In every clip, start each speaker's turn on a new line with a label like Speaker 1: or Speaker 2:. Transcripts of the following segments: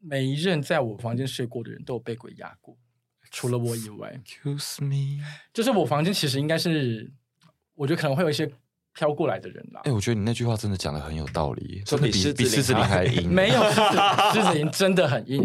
Speaker 1: 每一任在我房间睡过的人都有被鬼压过，除了我以外，
Speaker 2: Excuse me，
Speaker 1: 就是我房间其实应该是，我觉得可能会有一些飘过来的人啦
Speaker 2: 哎、。我觉得你那句话真的讲的很有道理，
Speaker 3: 说
Speaker 2: 真的
Speaker 3: 比狮
Speaker 2: 比
Speaker 3: 子
Speaker 2: 比
Speaker 3: 林
Speaker 2: 狮子林
Speaker 3: 还
Speaker 2: 还硬。
Speaker 1: 没有狮子，狮子林真的很硬。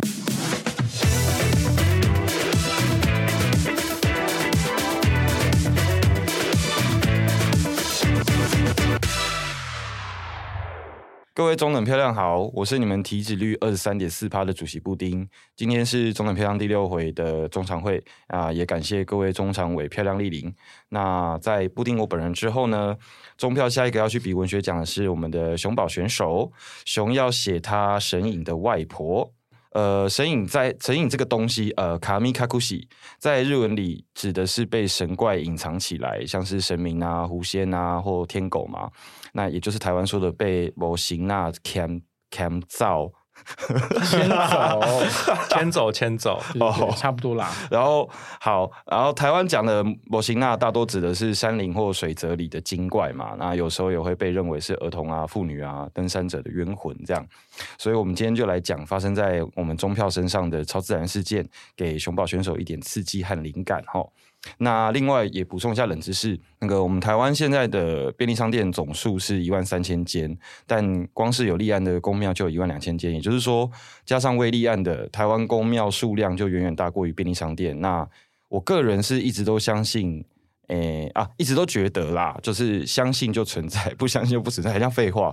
Speaker 2: 各位中等漂亮好，我是你们体脂率二十三点四趴的主席布丁。今天是中等漂亮第六回的中常会啊、也感谢各位中常委漂亮莅临。那在布丁我本人之后呢，中票下一个要去比文学奖的是我们的熊宝选手，熊要写他神隐的外婆。呃，神隐在神隐这个东西，呃，卡米卡库西在日文里指的是被神怪隐藏起来，像是神明啊、狐仙啊或天狗嘛。那也就是台湾说的被某型那 cam cam 造，
Speaker 1: 先 走，
Speaker 3: 牵走牵走，
Speaker 1: 对对对差不多啦。
Speaker 2: 然后好，然后台湾讲的某型那大多指的是山林或水泽里的精怪嘛，那有时候也会被认为是儿童啊、妇女啊、登山者的冤魂这样。所以我们今天就来讲发生在我们中票身上的超自然事件，给熊宝选手一点刺激和灵感哈。那另外也补充一下冷知识，那个我们台湾现在的便利商店总数是一万三千间，但光是有立案的公庙就有一万两千间，也就是说，加上未立案的台湾公庙数量就远远大过于便利商店。那我个人是一直都相信，诶、啊，一直都觉得啦，就是相信就存在， 不相信就不存在，很像废话。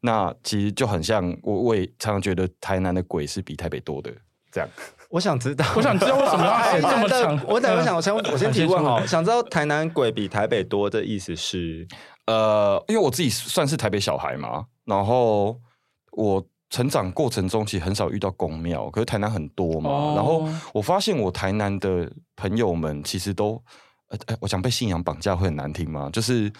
Speaker 2: 那其实就很像我，我也常常觉得台南的鬼是比台北多的，这样。
Speaker 4: 我想知道，
Speaker 1: 我想知 道为什么要
Speaker 4: 台
Speaker 1: 写这
Speaker 4: 南
Speaker 1: 么
Speaker 4: 的
Speaker 1: 长，
Speaker 4: 哎
Speaker 1: 嗯
Speaker 4: 我等我想，我先 我先提问
Speaker 1: 好
Speaker 4: 哈，想知道台南鬼比台北多的意思是，
Speaker 2: 呃，因为我自己算是台北小孩嘛，然后我成长过程中其实很少遇到公庙，可是台南很多嘛。
Speaker 1: 哦
Speaker 2: 然后我发现我台南的朋友们其实都，呃，呃我想被信仰绑架会很难听吗？就是。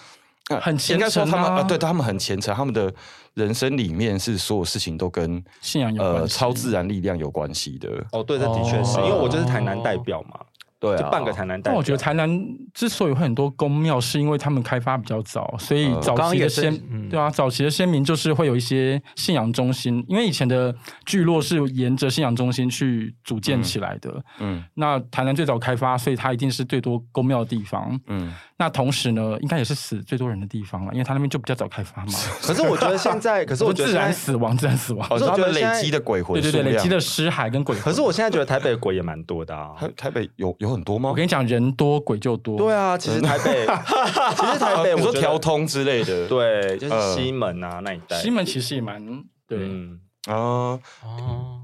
Speaker 2: 呃
Speaker 1: 很虔
Speaker 2: 应该说他们、
Speaker 1: 诚啊
Speaker 2: 呃、对他们很虔诚，他们的人生里面是所有事情都跟
Speaker 1: 信仰有
Speaker 2: 呃
Speaker 1: 关系
Speaker 2: 超自然力量有关系的，
Speaker 4: 哦，对，这的确是、
Speaker 1: 哦
Speaker 4: 因为我就是台南代表嘛，
Speaker 2: 对啊，
Speaker 4: 就半个台南代
Speaker 1: 但
Speaker 4: 表。
Speaker 1: 我觉得台南之所以会很多宫庙，是因为他们开发比较早，所以
Speaker 2: 呃
Speaker 1: 早
Speaker 3: 我刚刚
Speaker 1: 期的
Speaker 3: 也是
Speaker 1: 先、
Speaker 3: 嗯
Speaker 1: 对啊，早期的先民就是会有一些信仰中心，因为以前的聚落是沿着信仰中心去组建起来的。
Speaker 2: 嗯
Speaker 1: 那台南最早开发，所以它一定是最多宫庙的地方。
Speaker 2: 嗯，
Speaker 1: 那同时呢，应该也是死最多人的地方了，因为它那边就比较早开发 嘛，
Speaker 4: 可是我觉得现在，可是 我觉得
Speaker 1: 自
Speaker 4: 现
Speaker 1: 然
Speaker 4: 在，
Speaker 1: 死亡，自然死 亡。
Speaker 2: 哦，
Speaker 4: 是我
Speaker 2: 他
Speaker 4: 觉
Speaker 2: 们
Speaker 4: 得现
Speaker 2: 累
Speaker 4: 在
Speaker 2: 积的鬼魂
Speaker 1: 对对
Speaker 2: 数
Speaker 1: 对，
Speaker 2: 量，
Speaker 1: 累积的尸骸跟鬼魂。
Speaker 4: 可是我现在觉得台北鬼也蛮多的啊。
Speaker 2: 台台北有有很多吗？
Speaker 1: 我跟你讲，人多鬼就多。
Speaker 4: 对啊，其实台北， 其实台北
Speaker 2: 啊你
Speaker 4: 我
Speaker 2: 说
Speaker 4: 觉得
Speaker 2: 调，通之类的，
Speaker 4: 对，就是西门啊、那一带。
Speaker 1: 嗯西门其实也蛮对，
Speaker 4: 嗯，
Speaker 2: 啊，
Speaker 3: 哦，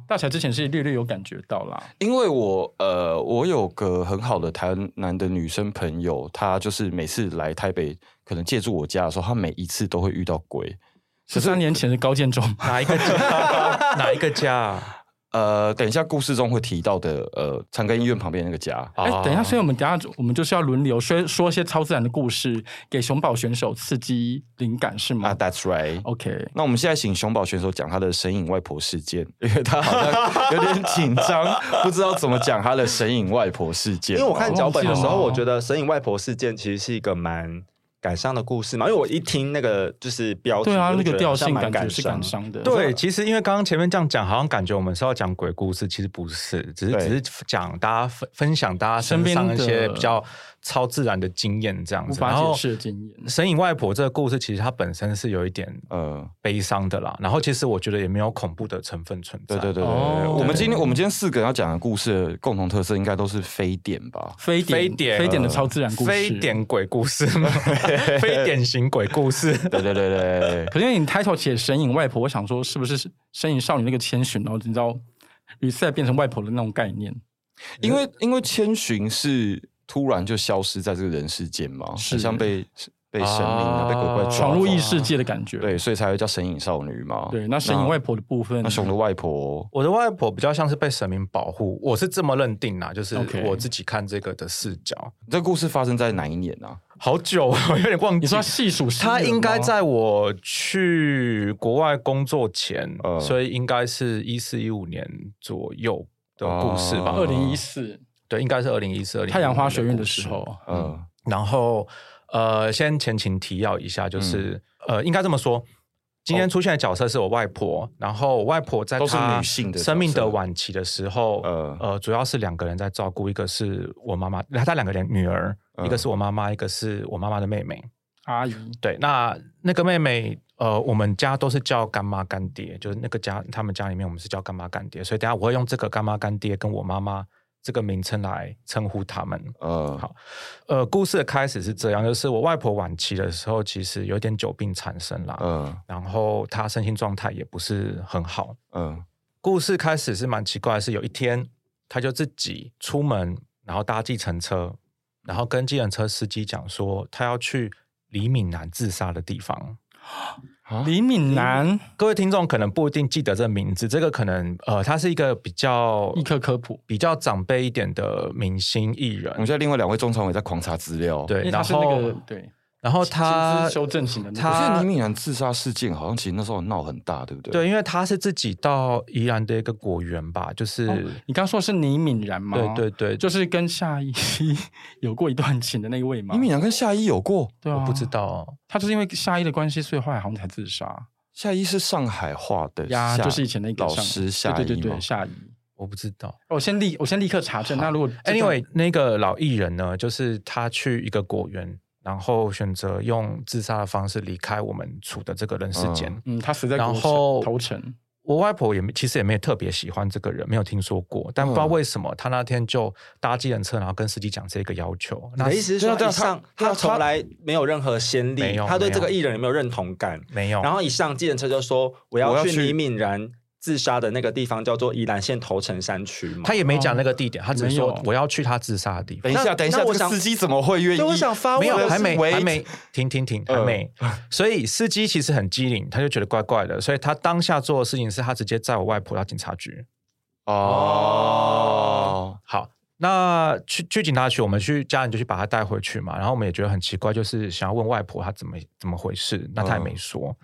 Speaker 1: 大侠之前是略略有感觉到啦。
Speaker 2: 因为我呃，我有个很好的台南的女生朋友，她就是每次来台北，可能借住我家的时候，她每一次都会遇到鬼。
Speaker 1: 是三年前的高建中吗？
Speaker 3: 哪一个 家？哪一个家啊？
Speaker 2: 呃，等一下故事中会提到的，呃，长庚医院旁边那个家，
Speaker 1: 哎、
Speaker 3: 哦
Speaker 1: 等一下，所以我们等一下我们就是要轮流说说一些超自然的故事，给熊宝选手刺激灵感是吗、
Speaker 2: 啊，That's right。
Speaker 1: OK，
Speaker 2: 那我们现在请熊宝选手讲他的神隐外婆事件，因为他好像有点紧张，不知道怎么讲他的神隐外婆事件。
Speaker 4: 因为我看脚本的
Speaker 1: 哦
Speaker 4: 时
Speaker 1: 忘记
Speaker 4: 候，
Speaker 1: 了
Speaker 4: 我觉得《神隐外婆》事件其实是一个蛮感伤的故事嘛，因为我一听那个就是标题，
Speaker 1: 对啊，
Speaker 4: 我
Speaker 1: 那
Speaker 4: 就
Speaker 1: 个
Speaker 4: 觉得
Speaker 1: 调
Speaker 4: 好像
Speaker 1: 性
Speaker 4: 蛮
Speaker 1: 感觉是
Speaker 4: 伤
Speaker 1: 感伤的。
Speaker 3: 对，啊其实因为刚刚前面这样讲，好像感觉我们是要讲鬼故事，其实不是，只是
Speaker 2: 对
Speaker 3: 只是讲大家分分享大家身
Speaker 1: 身边
Speaker 3: 上
Speaker 1: 的
Speaker 3: 一些比较超自然的经验这样
Speaker 1: 无
Speaker 3: 子。
Speaker 1: 法
Speaker 3: 然后
Speaker 1: 解释的经验。
Speaker 3: 神隐外婆》这个故事，其实它本身是有一点
Speaker 2: 呃，
Speaker 3: 悲伤的啦，然后其实我觉得也没有恐怖的成分存在。
Speaker 2: 对对对对对，
Speaker 1: 哦
Speaker 2: 我们今天我们今天四个人要讲的故事的共同特色应该都是非典吧？
Speaker 1: 非典
Speaker 3: 非典呃
Speaker 1: 非典的超自然故事。
Speaker 3: 非，典鬼故事 吗？非典型鬼故事。
Speaker 2: 对对对对对，
Speaker 1: 可是因为你 title 写神隐外婆，我想说是不是神隐少女那个千寻，然后你知道 reset 变成外婆的那种概念？
Speaker 2: 因为因为千寻是突然就消失在这个人世间嘛，
Speaker 1: 是
Speaker 2: 很像被被神明啊、
Speaker 3: 啊
Speaker 2: 被鬼怪抓
Speaker 1: 闯入
Speaker 2: 走
Speaker 1: 异世界的感觉。
Speaker 2: 啊对，所以才会叫神隐少女嘛。
Speaker 1: 对，那神隐外婆的部分，
Speaker 2: 那熊的外婆，
Speaker 3: 我的外婆比较像是被神明保护，我是这么认定啦，就是
Speaker 1: OK
Speaker 3: 我自己看这个的视角。
Speaker 2: 这个故事发生在哪一年啊？
Speaker 3: 好久， 我有点忘
Speaker 1: 你
Speaker 3: 记
Speaker 1: 说。细数十
Speaker 3: 他
Speaker 1: 年
Speaker 3: 应
Speaker 1: 吗
Speaker 3: 该在我去国外工作前，
Speaker 2: 呃
Speaker 3: 所以应该是一四一五年左右的故事
Speaker 2: 哦
Speaker 3: 吧。
Speaker 1: 二零一四
Speaker 3: 对，应该是二零一四、二零
Speaker 1: 太阳花学院的时候，
Speaker 2: 呃，嗯
Speaker 3: 然后呃，先前情提要一下，就是、呃，应该这么说，今天出现的角色是我外婆，然后我外婆在
Speaker 2: 都是
Speaker 3: 她
Speaker 2: 女性的角色
Speaker 3: 生命的晚期的时候，
Speaker 2: 呃
Speaker 3: 呃主要是两个人在照顾，一个是我妈妈，她两个人女儿，
Speaker 2: 嗯
Speaker 3: 一个是我妈妈，一个是我妈妈的妹妹。
Speaker 1: 阿姨，
Speaker 3: 对，那那个妹妹，呃，我们家都是叫干妈干爹，就是那个家他们家里面我们是叫干妈干爹，所以等一下我会用这个干妈干爹跟我妈妈这个名称来称呼他们。
Speaker 2: 呃，
Speaker 3: 好呃，故事的开始是这样，就是我外婆晚期的时候，其实有点久病缠身啦，
Speaker 2: 呃，
Speaker 3: 然后她身心状态也不是很好。
Speaker 2: 呃，
Speaker 3: 故事开始是蛮奇怪的是，有一天她就自己出门，然后搭计程车，然后跟计程车司机讲说，她要去李敏南自杀的地方。哦
Speaker 1: 李敏南，
Speaker 3: 各位听众可能不一定记得这名字，这个可能呃，他是一个比较
Speaker 1: 一科科普，嗯
Speaker 3: 比较长辈一点的明星艺人
Speaker 2: 我们，现在另外两位中常委在狂查资料。，
Speaker 1: 因
Speaker 3: 对，
Speaker 1: 为
Speaker 3: 然
Speaker 1: 他是那
Speaker 3: 后
Speaker 1: 个对，
Speaker 3: 然后他
Speaker 1: 薪资修正型的那个
Speaker 2: 可
Speaker 3: 他
Speaker 2: 是李敏然自杀事件好像其实那时候闹很大，对不对？
Speaker 3: 对，因为他是自己到宜兰的一个果园吧，就是、
Speaker 1: 哦你刚说的是倪敏然吗？
Speaker 3: 对对对，
Speaker 1: 就
Speaker 3: 就
Speaker 1: 是跟夏依有过一段情的那一位吗？
Speaker 2: 李敏然跟夏依有过，
Speaker 1: 对啊，
Speaker 3: 我不知，道，
Speaker 1: 他就是因为夏依的关系，所以后来好像才自杀
Speaker 2: 夏依是上海话的
Speaker 1: 呀，
Speaker 2: 夏
Speaker 1: 就是以前那个
Speaker 2: 老
Speaker 1: 上
Speaker 2: 师夏依
Speaker 1: 对对对
Speaker 2: 吗
Speaker 1: 对夏依。
Speaker 3: 我不知道。
Speaker 1: 我先立，我先立刻查证。那如果这段
Speaker 3: Anyway，那个老艺人呢，就是他去一个果园，然后选择用自杀的方式离开我们处的这个人世间。
Speaker 2: 嗯
Speaker 1: 嗯，他死在
Speaker 3: 然
Speaker 1: 国城
Speaker 3: 后
Speaker 1: 头城，
Speaker 3: 我外婆也没其实也没有特别喜欢这个人，没有听说过，但不知道为什么她那天就搭计程车，然后跟司机讲这个要求。
Speaker 4: 你
Speaker 3: 那
Speaker 4: 的意思是
Speaker 2: 对啊对
Speaker 4: 说，
Speaker 2: 啊
Speaker 4: 以上
Speaker 2: 他
Speaker 4: 他
Speaker 2: 他
Speaker 4: 从来没有任何先
Speaker 3: 没
Speaker 4: 例，
Speaker 3: 有
Speaker 4: 他对
Speaker 3: 没
Speaker 4: 这个
Speaker 3: 有
Speaker 4: 艺人也没有认同感，
Speaker 3: 没
Speaker 1: 哦
Speaker 3: 有，
Speaker 4: 然后一上计程车就说我
Speaker 2: 我要
Speaker 4: 要
Speaker 2: 去
Speaker 4: 去李敏然自杀的那个地方叫做宜兰县头城山区嘛。
Speaker 3: 他也没讲那个地点，他只是
Speaker 1: 没
Speaker 3: 说
Speaker 1: 有
Speaker 3: 我要去他自杀的地
Speaker 2: 等
Speaker 3: 方
Speaker 2: 一。下，
Speaker 4: 那
Speaker 2: 等一下，
Speaker 4: 那
Speaker 2: 这
Speaker 4: 我
Speaker 2: 个
Speaker 4: 想
Speaker 2: 司机怎么会愿意？
Speaker 4: 对，啊我想发问
Speaker 3: 没有
Speaker 4: 的，是，呃
Speaker 3: 还没，
Speaker 2: wait
Speaker 3: 还没，停停停，还没。所以司机其实很机灵，他就觉得怪怪的，所以他当下做的事情是他直接载我外婆到警察局。
Speaker 2: 哦，
Speaker 3: 好，那去去警察局，我们去家人就去把他带回去嘛。然后我们也觉得很奇怪，就是想要问外婆她怎么怎么回事，那她也
Speaker 2: 嗯
Speaker 3: 没说。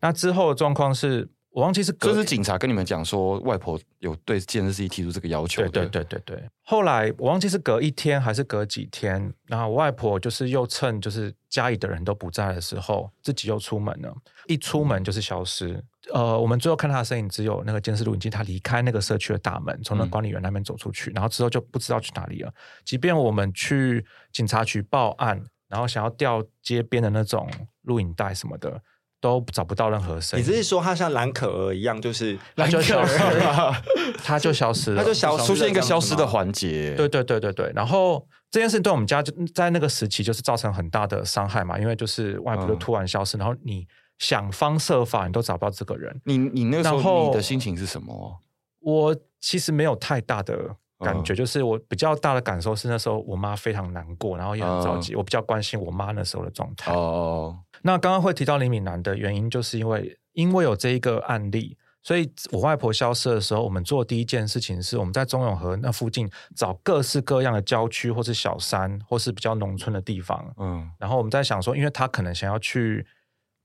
Speaker 3: 那之后的状况是我忘记是隔
Speaker 2: 就是警察跟你们讲说，外婆有对健身司机提出这个要求
Speaker 3: 对
Speaker 2: 的。
Speaker 3: 对对对对。后来我忘记是隔一天还是隔几天，然后我外婆就是又趁就是家里的人都不在的时候，自己又出门了，一出门就是消失。呃，我们最后看她的身影只有那个监视录影机，她离开那个社区的大门，从那管理员那边走出去，然后之后就不知道去哪里了。即便我们去警察局报案，然后想要调街边的那种录影带什么的，都找不到任何声
Speaker 4: 你
Speaker 3: 音
Speaker 4: 只。是说他像蓝可儿一样，就是
Speaker 3: 他就消失
Speaker 4: 蓝可儿
Speaker 3: 了，他就消失了，
Speaker 4: 他就消失
Speaker 2: 出现一个
Speaker 4: 这样
Speaker 2: 消
Speaker 4: 子
Speaker 2: 失
Speaker 4: 吗
Speaker 2: 的环节。
Speaker 3: 对对对对对。然后这件事对我们家就在那个时期就是造成很大的伤害嘛，因为就是外婆就
Speaker 2: 嗯
Speaker 3: 突然消失，然后你想方设法你都找不到这个人。
Speaker 2: 你你那个时
Speaker 3: 然后
Speaker 2: 候你的心情是什么？
Speaker 3: 我其实没有太大的感觉，就是我比较大的感受是那时候我妈非常难过，然后也很着急。我比较关心我妈那时候的状态。
Speaker 2: 哦，
Speaker 3: 那刚刚会提到李敏南的原因，就是因为因为有这一个案例，所以我外婆消失的时候，我们做的第一件事情是我们在中永和那附近找各式各样的郊区，或是小山，或是比较农村的地方。
Speaker 2: 嗯，
Speaker 3: 然后我们在想说，因为她可能想要去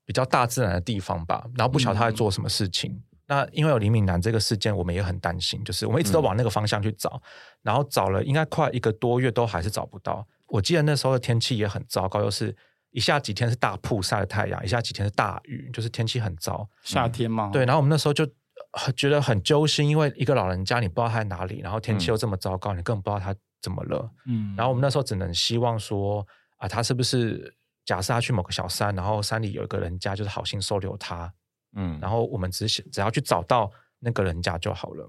Speaker 3: 比较大自然的地方吧，然后不晓得她在做什么事情。那因为有李敏南这个事件，我们也很担心，就是我们一直都往那个方向去找，然后找了应该快一个多月，都还是找不到。我记得那时候的天气也很糟糕，又是一下几天是大曝晒的太阳，一下几天是大雨，就是天气很糟。
Speaker 1: 夏天嘛，
Speaker 3: 嗯对，，然后我们那时候就呃觉得很揪心，因为一个老人家你不知道他在哪里，然后天气又这么糟糕，你根本不知道他怎么了。
Speaker 1: 嗯，
Speaker 3: 然后我们那时候只能希望说啊，他是不是假设他去某个小山，然后山里有一个人家就是好心收留他，
Speaker 2: 嗯，
Speaker 3: 然后我们只是只要去找到那个人家就好了。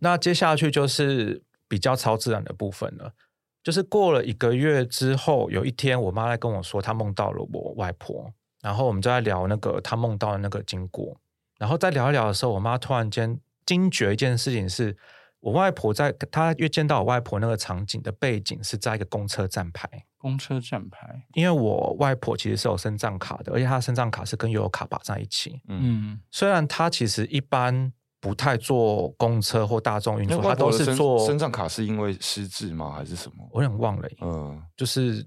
Speaker 3: 那接下去就是比较超自然的部分了。就是过了一个月之后，有一天我妈来跟我说，她梦到了我外婆，然后我们就在聊那个她梦到的那个经过，然后在聊一聊的时候，我妈突然间惊觉一件事情是，我外婆在她越见到我外婆那个场景的背景是在一个公车站牌，
Speaker 1: 公车站牌，
Speaker 3: 因为我外婆其实是有身障卡的，而且她的身障卡是跟悠游卡绑在一起，
Speaker 1: 嗯，
Speaker 3: 虽然他其实一般不太坐公车或大众运
Speaker 2: 那
Speaker 3: 输，
Speaker 2: 外
Speaker 3: 他
Speaker 2: 婆
Speaker 3: 都
Speaker 2: 的
Speaker 3: 是
Speaker 2: 身
Speaker 3: 坐。
Speaker 2: 身上卡是因为失智吗？还是什么？
Speaker 3: 我有点忘了耶，
Speaker 2: 嗯
Speaker 3: 就是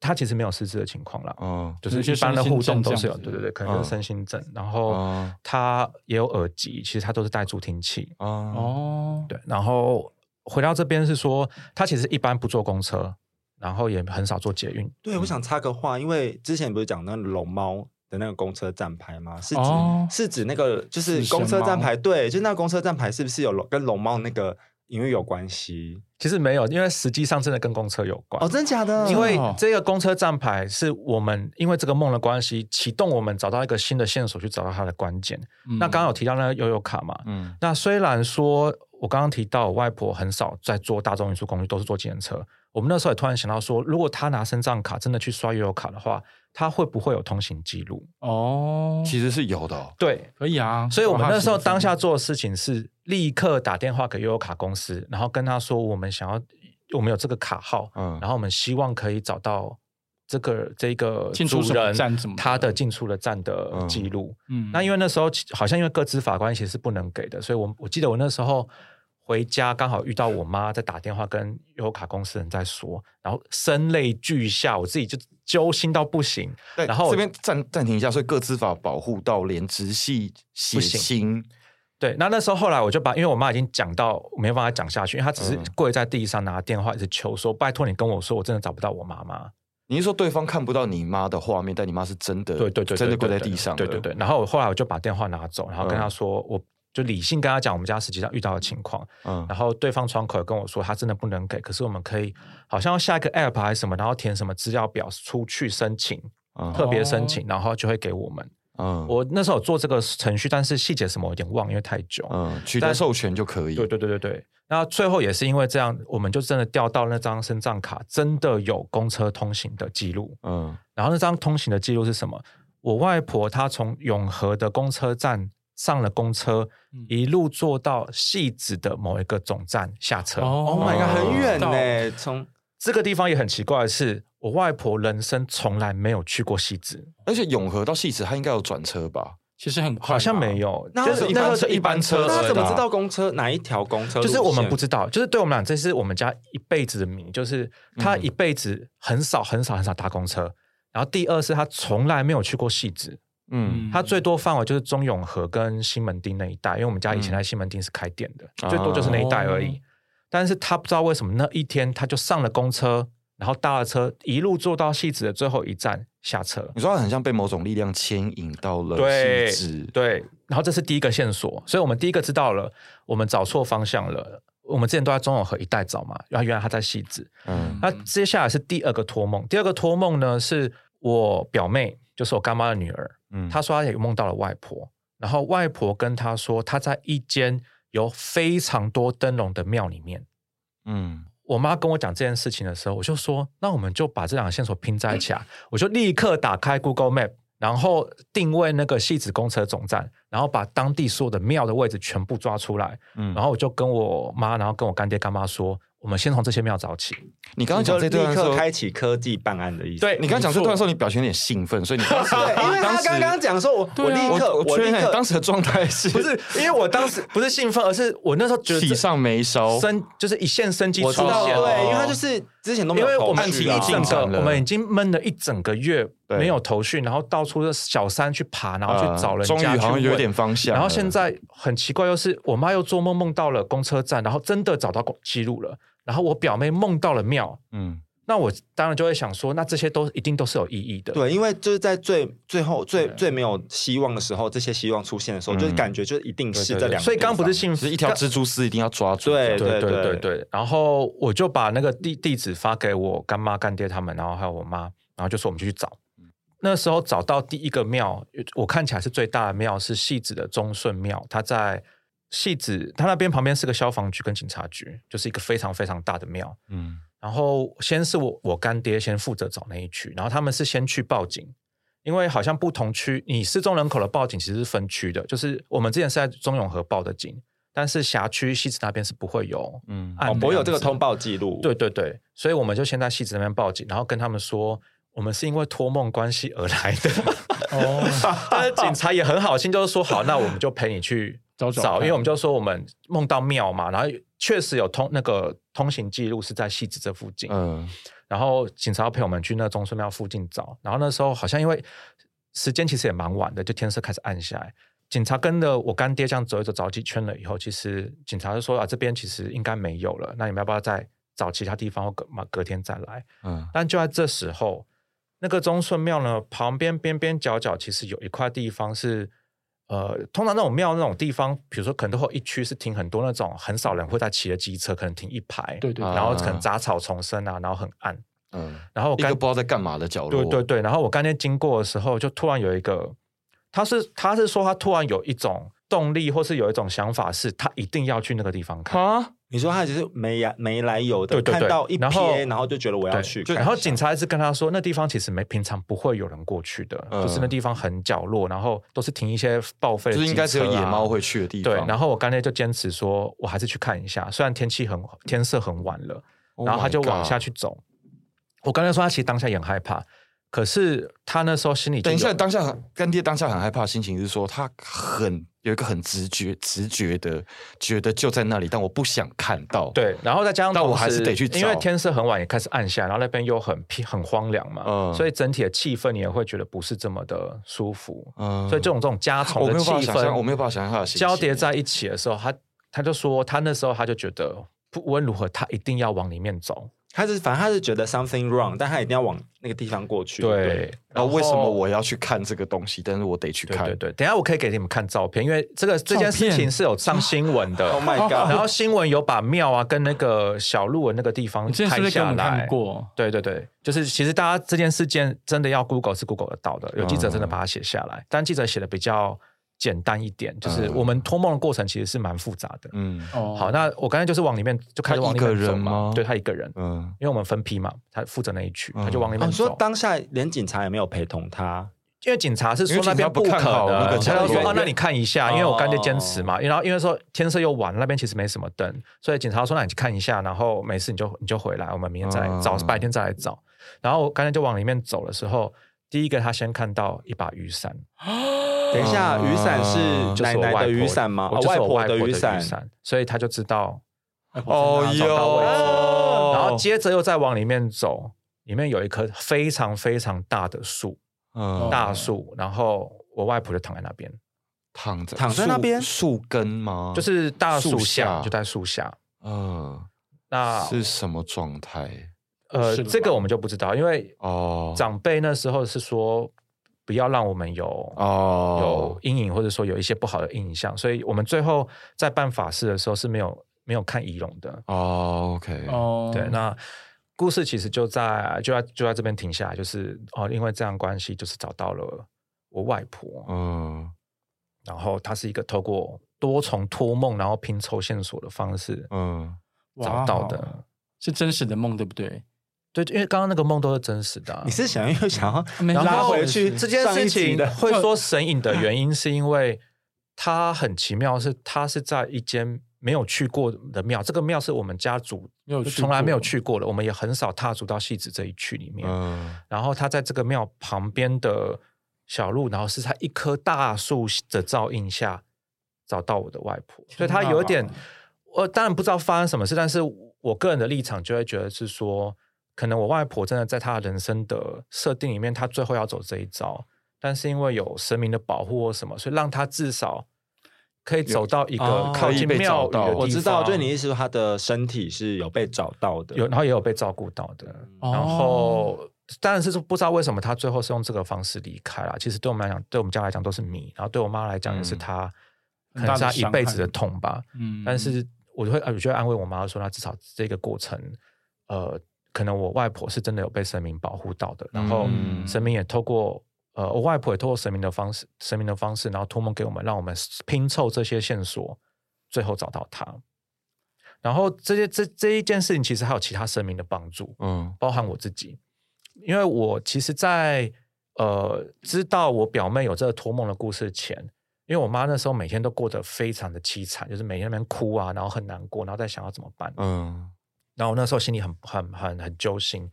Speaker 3: 他其实没有失智的情况啦，
Speaker 2: 嗯
Speaker 3: 就
Speaker 1: 有
Speaker 3: 是
Speaker 1: 些
Speaker 3: 一般的
Speaker 1: 身心
Speaker 3: 互
Speaker 1: 症
Speaker 3: 动都是
Speaker 1: 这
Speaker 3: 有，
Speaker 1: 样子
Speaker 3: 对对对，可能就是
Speaker 2: 嗯
Speaker 3: 身心症。然后
Speaker 2: 嗯
Speaker 3: 他也有耳机，其实他都是戴助听器。
Speaker 2: 哦
Speaker 1: 哦，
Speaker 3: 嗯对，然后回到这边是说，他其实一般不坐公车，然后也很少坐捷运。
Speaker 4: 对，我想插个话，因为之前不是讲那个龙猫的那个公车站牌吗？是指、
Speaker 1: 哦
Speaker 4: 是指那个就是
Speaker 1: 死神
Speaker 4: 公车站
Speaker 1: 猫
Speaker 4: 牌？对，就那个公车站牌是不是有龙跟龙猫那个因为有关系？
Speaker 3: 其实没有，因为实际上真的跟公车有关。
Speaker 4: 哦，真的假的？
Speaker 3: 因为
Speaker 1: 哦
Speaker 3: 这个公车站牌是我们因为这个梦的关系，启动我们找到一个新的线索去找到它的关键。
Speaker 1: 嗯
Speaker 3: 那刚刚有提到那个悠悠卡嘛，
Speaker 2: 嗯
Speaker 3: 那虽然说我刚刚提到我外婆很少在坐大众运输工具，都是坐计程车。我们那时候也突然想到说，如果她拿身障卡真的去刷悠悠卡的话，她会不会有通行记录？嗯
Speaker 1: 哦，
Speaker 2: 其实是有的、哦。
Speaker 3: 对，
Speaker 1: 可以啊。
Speaker 3: 所以我们那时候
Speaker 1: 如果他
Speaker 3: 当
Speaker 1: 是
Speaker 3: 下做的事情是立刻打电话给悠悠卡公司，然后跟他说我们想要我们有这个卡号，
Speaker 2: 嗯
Speaker 3: 然后我们希望可以找到这个这个
Speaker 1: 进
Speaker 3: 主
Speaker 1: 出什么
Speaker 3: 人
Speaker 1: 站什么的
Speaker 3: 他的进出的站的记录。
Speaker 1: 嗯，
Speaker 3: 那因为那时候其好像因为各自法官其实是不能给的，所以我我记得我那时候回家刚好遇到我妈在打电话跟悠悠卡公司人在说，然后声泪俱下，我自己就揪心到不行。
Speaker 2: 对，
Speaker 3: 然后我
Speaker 2: 这边暂暂停一下，所以各自法保护到连直系血
Speaker 3: 不行
Speaker 2: 亲，
Speaker 3: 对，那那时候后来我就把，因为我妈已经讲到没有办法讲下去，因为她只是
Speaker 2: 嗯
Speaker 3: 跪在地上拿电话一直求说：“拜托你跟我说，我真的找不到我妈妈。
Speaker 2: 你是说对方看不到你妈的画面，但你妈是真”的，
Speaker 3: 对对对，
Speaker 2: 真的跪
Speaker 3: 对
Speaker 2: 在
Speaker 3: 对
Speaker 2: 地上的，
Speaker 3: 对对对。然后我后来我就把电话拿走，然后跟她说，我就理性跟她讲我们家实际上遇到的情况，
Speaker 2: 嗯
Speaker 3: 然后对方窗口也跟我说他真的不能给，可是我们可以好像要下一个 app 还是什么，然后填什么资料表出去申请，
Speaker 2: 嗯
Speaker 3: 特别申请，然后就会给我们。
Speaker 2: 嗯
Speaker 3: 我那时候有做这个程序，但是细节什么我有点忘，因为太久。
Speaker 2: 嗯，取
Speaker 3: 但
Speaker 2: 得授权就可以，
Speaker 3: 对对对对对。那最后也是因为这样，我们就真的调到那张身障卡，真的有公车通行的记录。
Speaker 2: 嗯
Speaker 3: 然后那张通行的记录是什么？我外婆她从永和的公车站上了公车，
Speaker 1: 嗯
Speaker 3: 一路坐到戏子的某一个总站下车。
Speaker 1: 哦
Speaker 4: Oh my god，很远
Speaker 1: 到
Speaker 4: 呢，从
Speaker 3: 这个地方也很奇怪的是，我外婆人生从来没有去过戏子，
Speaker 2: 而且永和到戏子，他应该有转车吧？
Speaker 1: 其实很快吧
Speaker 3: 好像没有，
Speaker 4: 那
Speaker 3: 就是
Speaker 4: 一
Speaker 3: 那
Speaker 4: 般
Speaker 3: 时候
Speaker 2: 车
Speaker 3: 是一般车而已
Speaker 2: 一般车
Speaker 3: 啦，
Speaker 4: 那他怎么知道公车哪一条公车路线？
Speaker 3: 就是我们不知道，就是对我们俩，这是我们家一辈子的谜，就是
Speaker 4: 嗯
Speaker 3: 他一辈子很少很少很少搭公车。然后第二是他从来没有去过戏子，
Speaker 2: 嗯
Speaker 1: 嗯
Speaker 3: 他最多范围就是中永和跟西门町那一带，因为我们家以前在西门町是开店的，
Speaker 2: 嗯
Speaker 3: 最多就是那一带而已。
Speaker 1: 哦
Speaker 3: 但是他不知道为什么那一天他就上了公车，然后搭了车一路坐到戏子的最后一站下车。
Speaker 2: 你说他很像被某种力量牵引到了
Speaker 3: 对
Speaker 2: 戏子，
Speaker 3: 对，然后这是第一个线索，所以我们第一个知道了，我们找错方向了。我们之前都在中永和一带找嘛，然后原来他在戏子。
Speaker 2: 嗯
Speaker 3: 那接下来是第二个托梦，第二个托梦呢是我表妹，就是我干妈的女儿，
Speaker 2: 嗯，
Speaker 3: 她说她也梦到了外婆，然后外婆跟她说她在一间有非常多灯笼的庙里面。
Speaker 2: 嗯
Speaker 3: 我妈跟我讲这件事情的时候，我就说，那我们就把这两个线索拼在一起 啊！我就立刻打开 Google Map，然后定位那个戏子公车总站，然后把当地所有的庙的位置全部抓出来，
Speaker 2: 嗯，
Speaker 3: 然后我就跟我妈，然后跟我干爹干妈说，我们先从这些庙找起。
Speaker 2: 你刚刚
Speaker 4: 你就
Speaker 2: 讲这
Speaker 4: 立
Speaker 2: 段的时
Speaker 4: 刻
Speaker 2: 候，
Speaker 4: 开启科技办案的意思。
Speaker 3: 对
Speaker 2: 你刚刚讲这段的时候，你表情有点兴奋，所以你当 时，
Speaker 4: 对，因为
Speaker 2: 你 当
Speaker 4: 他
Speaker 2: 时
Speaker 4: 刚刚讲说，我我
Speaker 1: 对啊
Speaker 4: 立刻
Speaker 2: 我我确
Speaker 4: 立
Speaker 2: 认
Speaker 4: 刻
Speaker 2: 当时的状态是
Speaker 3: 不是因为我当时不是兴奋，而是我那时候觉得
Speaker 2: 喜上哦眉梢，
Speaker 3: 生就是一线生机出
Speaker 4: 我知道，
Speaker 3: 现了
Speaker 4: 对，因为他就是之前都没
Speaker 3: 因
Speaker 4: 有
Speaker 3: 为我们
Speaker 4: 头
Speaker 2: 按
Speaker 4: 绪
Speaker 2: 情
Speaker 4: 啊
Speaker 2: 已
Speaker 3: 一
Speaker 2: 经
Speaker 3: 整个
Speaker 2: 展了
Speaker 3: 我们已经闷了一整个月
Speaker 2: 对
Speaker 3: 没有头绪，然后到处的小山去爬，然后
Speaker 2: 呃
Speaker 3: 去找人家
Speaker 2: 终于好像
Speaker 3: 去问
Speaker 2: 有点方向了。
Speaker 3: 然后现在很奇怪，又是我妈又做梦梦到了公车站，然后真的找到公记录了，然后我表妹梦到了庙，
Speaker 2: 嗯，
Speaker 3: 那我当然就会想说，那这些都一定都是有意义的。
Speaker 4: 对，因为就是在最最后最最没有希望的时候，这些希望出现的时候，
Speaker 2: 嗯
Speaker 4: 就是感觉就是一定是
Speaker 3: 对
Speaker 4: 这两个。
Speaker 3: 所以刚刚不是幸
Speaker 2: 就
Speaker 3: 福
Speaker 2: 是一条蜘蛛丝一定要抓住。
Speaker 4: 对
Speaker 2: 这样
Speaker 3: 对
Speaker 4: 对
Speaker 3: 对对对。然后我就把那个地地址发给我干妈、干爹他们，然后还有我妈，然后就说我们就去找。那时候找到第一个庙，呃我看起来是最大的庙，是戏子的忠顺庙。它在戏子，它那边旁边是个消防局跟警察局，就是一个非常非常大的庙。
Speaker 2: 嗯
Speaker 3: 然后先是我我干爹先负责找那一区，然后他们是先去报警，因为好像不同区你失踪人口的报警其实是分区的，就是我们之前是在中永和报的警，但是辖区西子那边是不会有
Speaker 2: 嗯
Speaker 3: 案
Speaker 4: 哦
Speaker 3: 的，
Speaker 4: 我有这个
Speaker 3: 样子
Speaker 4: 通，报记录。
Speaker 3: 对，对对，所以我们就先在西子那边报警，然后跟他们说。我们是因为托梦关系而来的，
Speaker 1: 哦，
Speaker 3: 但是警察也很好心，就是说好，那我们就陪你去
Speaker 1: 找找
Speaker 3: 找，因为
Speaker 1: 看
Speaker 3: 我们就说我们梦到庙嘛，然后确实有通那个通行记录是在西子这附近，
Speaker 2: 嗯
Speaker 3: 然后呃警察要陪我们去那中顺庙附近找，然后那时候好像因为时间其实也蛮晚的，就天色开始暗下来。警察跟着我干爹这样走一走，找几圈了以后，其实警察就说啊，这边其实应该没有了，那你们要不要再找其他地方，或隔嘛隔天再来？
Speaker 2: 嗯
Speaker 3: 但就在这时候，那个忠顺庙呢，旁边边边角角其实有一块地方是，呃，通常那种庙那种地方，比如说可能都会有一区是停很多那种很少人会在骑的机车，可能停一排，
Speaker 1: 对对对
Speaker 3: 然后可
Speaker 2: 啊
Speaker 3: 能杂草丛生啊，然后很暗。
Speaker 2: 嗯，
Speaker 3: 然后我
Speaker 2: 一个
Speaker 3: 刚
Speaker 2: 不知道在干嘛的角落，
Speaker 3: 对对对，然后我刚才经过的时候，就突然有一个，他是他是说他突然有一种动力，或是有一种想法，是他一定要去那个地方看。
Speaker 2: 啊，
Speaker 4: 你说他只是没呀没来由的
Speaker 3: 对对对
Speaker 4: 看到一
Speaker 3: 然后
Speaker 4: 瞥，然后就觉得我要去看
Speaker 3: 对
Speaker 4: 一下，
Speaker 3: 然后警察一直跟他说，那地方其实没平常不会有人过去的，
Speaker 2: 嗯
Speaker 3: 就是那地方很角落，然后都是停一些报废
Speaker 2: 就是
Speaker 3: 的机车啊、
Speaker 2: 应该只有野猫会去的地
Speaker 3: 对
Speaker 2: 方。，
Speaker 3: 然后我刚才就坚持说，我还是去看一下，虽然天气很天色很晚了，
Speaker 2: Oh
Speaker 3: 然后他
Speaker 2: my
Speaker 3: 就往
Speaker 2: God
Speaker 3: 下。去走。我刚才说他其实当下也很害怕，可是他那时候心里就
Speaker 2: 等一下，
Speaker 3: 有
Speaker 2: 当下很干爹当下很害怕，心情是说他很有一个很直觉、直觉的觉得就在那里，但我不想看到。，
Speaker 3: 对，然后再加上
Speaker 2: 但我
Speaker 3: 同时
Speaker 2: 还是得去找
Speaker 3: 因为天色很晚也开始暗下，然后那边又很僻很荒凉嘛，
Speaker 2: 嗯
Speaker 3: 所以整体的气氛你也会觉得不是这么的舒服。
Speaker 2: 嗯
Speaker 3: 所以这种这种加
Speaker 2: 我
Speaker 3: 重
Speaker 2: 没
Speaker 3: 的
Speaker 2: 有
Speaker 3: 气
Speaker 2: 办法想象，我
Speaker 3: 氛
Speaker 2: 没有办法想象他的心情
Speaker 3: 交叠在一起的时候，他他就说他那时候他就觉得不无论如何他一定要往里面走。
Speaker 4: 他是反正他是觉得 something wrong，但他一定要往那个地方过去。不
Speaker 3: 对，
Speaker 2: 然啊后为什么我要去看这个东西？但是我得去
Speaker 3: 对
Speaker 2: 看。
Speaker 3: 对对，等一下我可以给你们看照片，因为这个这件事
Speaker 1: 照
Speaker 3: 情
Speaker 1: 片
Speaker 3: 是有上新 闻的。
Speaker 4: ，Oh my
Speaker 3: 然
Speaker 4: god！
Speaker 3: 后新闻有把庙啊跟那个小路的那个地方
Speaker 1: 你之前是不
Speaker 3: 拍
Speaker 1: 是给我
Speaker 3: 下
Speaker 1: 们看
Speaker 3: 来。
Speaker 1: 过？
Speaker 3: 对对对，就是其实大家这件事件真的要 Google 是 Google 得到的，有记者
Speaker 2: 嗯
Speaker 3: 真的把它写下来，但记者写的比较简单一点，就是
Speaker 2: 嗯
Speaker 3: 我们托梦的过程其实是蛮复杂的。
Speaker 2: 嗯
Speaker 1: 哦，
Speaker 3: 好，那我刚才就是往里面就开始往里面
Speaker 2: 他一个
Speaker 3: 走
Speaker 2: 人吗
Speaker 3: 嘛，对他一个人，
Speaker 2: 嗯，
Speaker 3: 因为我们分批嘛，他负责那一区，
Speaker 2: 嗯
Speaker 3: 他就往里
Speaker 4: 哦
Speaker 3: 面
Speaker 4: 你说
Speaker 3: 走。
Speaker 4: 当下连警察也没有陪同他，
Speaker 3: 因为警察是
Speaker 2: 因
Speaker 3: 说
Speaker 2: 为警
Speaker 3: 那边
Speaker 2: 察不
Speaker 3: 可
Speaker 2: 看好那个
Speaker 3: 能，
Speaker 2: 角
Speaker 3: 他就
Speaker 4: 落
Speaker 3: 说
Speaker 4: 因为
Speaker 3: 哦，那你看一下，
Speaker 4: 哦
Speaker 3: 因为我干脆坚持嘛，然后因为说天色又晚，那边其实没什么灯，所以警察说那你去看一下，然后没事你就你就回来，我们明天再来找，
Speaker 2: 嗯
Speaker 3: 白天再来找。然后我刚才就往里面走的时候，第一个他先看到一把雨伞，
Speaker 4: 等一下
Speaker 2: 嗯
Speaker 4: 雨伞
Speaker 2: 就是
Speaker 3: 啊就是
Speaker 4: 奶
Speaker 3: 我
Speaker 4: 奶
Speaker 3: 外
Speaker 4: 的
Speaker 3: 婆
Speaker 4: 雨伞吗？
Speaker 3: 我
Speaker 4: 哦
Speaker 3: 就是我
Speaker 4: 婆
Speaker 3: 外婆的
Speaker 4: 雨
Speaker 3: 雨
Speaker 4: 伞。
Speaker 3: 伞，所以他就知道。
Speaker 1: 哎
Speaker 2: 哦
Speaker 3: 找到位置
Speaker 2: 哟，
Speaker 3: 然后接着又再往里面走，里面有一棵非常非常大的树，
Speaker 2: 嗯
Speaker 3: 大树，然后我外婆就躺在那边。
Speaker 2: 躺着
Speaker 4: 躺在那
Speaker 2: 树
Speaker 4: 边
Speaker 2: 树根吗？
Speaker 3: 就是大
Speaker 2: 树
Speaker 3: 树
Speaker 2: 下
Speaker 3: 下，就在树下。
Speaker 2: 嗯，
Speaker 3: 那
Speaker 2: 是什么状态？
Speaker 3: 呃，
Speaker 1: 是的吧
Speaker 3: 这个我们就不知道，因为
Speaker 2: 哦，
Speaker 3: 长辈那时候是说不要让我们有、有
Speaker 2: 哦
Speaker 3: 阴影，或者说有一些不好的印象，所以我们最后在办法事的时候是没有没有看仪容的。
Speaker 2: 哦，OK，
Speaker 1: 哦，
Speaker 3: 对，那故事其实就在就在就在这边停下来，就是哦，因为这样关系，就是找到了我外婆，
Speaker 1: 哦
Speaker 2: 嗯
Speaker 3: 然后她是一个透过多重托梦，然后拼凑线索的方式
Speaker 2: 嗯，
Speaker 3: 找到的。
Speaker 1: 哇哦是真实的梦，对不对？
Speaker 3: 对，因为刚刚那个梦都是真实的啊、
Speaker 4: 你是想要又想要
Speaker 1: 没
Speaker 3: 然后
Speaker 4: 拉回
Speaker 1: 是
Speaker 4: 去
Speaker 3: 这件
Speaker 4: 上
Speaker 3: 事
Speaker 4: 一集
Speaker 3: 情
Speaker 4: 的
Speaker 3: 会说神隐的原因，是因为它很奇妙，是它是在一间没有去过的庙。这个庙是我们家族
Speaker 1: 没有去过
Speaker 3: 从来没有去过的，我们也很少踏足到戏子这一区里面。
Speaker 2: 嗯
Speaker 3: 然后它在这个庙旁边的小路，然后是在一棵大树的照应下找到我的外婆，所以它有一点
Speaker 1: 天哪，
Speaker 3: 我当然不知道发生什么事，但是我个人的立场就会觉得是说，可能我外婆真的在她人生的设定里面，她最后要走这一招，但是因为有神明的保护或什么，所以让她至少可以走到一
Speaker 4: 哦
Speaker 3: 个靠近
Speaker 2: 可以被找
Speaker 3: 庙宇的
Speaker 2: 到
Speaker 3: 地方。
Speaker 4: 我知道，就你意思说他的身体是有被找到的，
Speaker 3: 有，然后也有被照顾到的。
Speaker 1: 哦
Speaker 3: 然后当然是说不知道为什么他最后是用这个方式离开了。其实对我们来讲，对我们家来讲都是谜，然后对我妈来讲也是
Speaker 2: 嗯
Speaker 3: 她、
Speaker 1: 很
Speaker 3: 可
Speaker 1: 大
Speaker 3: 能
Speaker 1: 的
Speaker 3: 是她一
Speaker 1: 伤
Speaker 3: 辈
Speaker 1: 害
Speaker 3: 子的痛吧。
Speaker 1: 嗯
Speaker 3: 但是我就会呃我就会安慰我妈说，那至少这个过程，呃，可能我外婆是真的有被神明保护到的，然后
Speaker 2: 嗯
Speaker 3: 神明也透过。呃，我外婆也透过神明的方式，神明的方式，然后托梦给我们，让我们拼凑这些线索，最后找到他。然后这些这这一件事情，其实还有其他神明的帮助，
Speaker 2: 嗯
Speaker 3: 包含我自己，因为我其实在，呃知道我表妹有这个托梦的故事前，因为我妈那时候每天都过得非常的凄惨，就是每天在那边哭啊，然后很难过，然后在想要怎么办。
Speaker 2: 嗯，
Speaker 3: 然后我那时候心里很很很很揪心，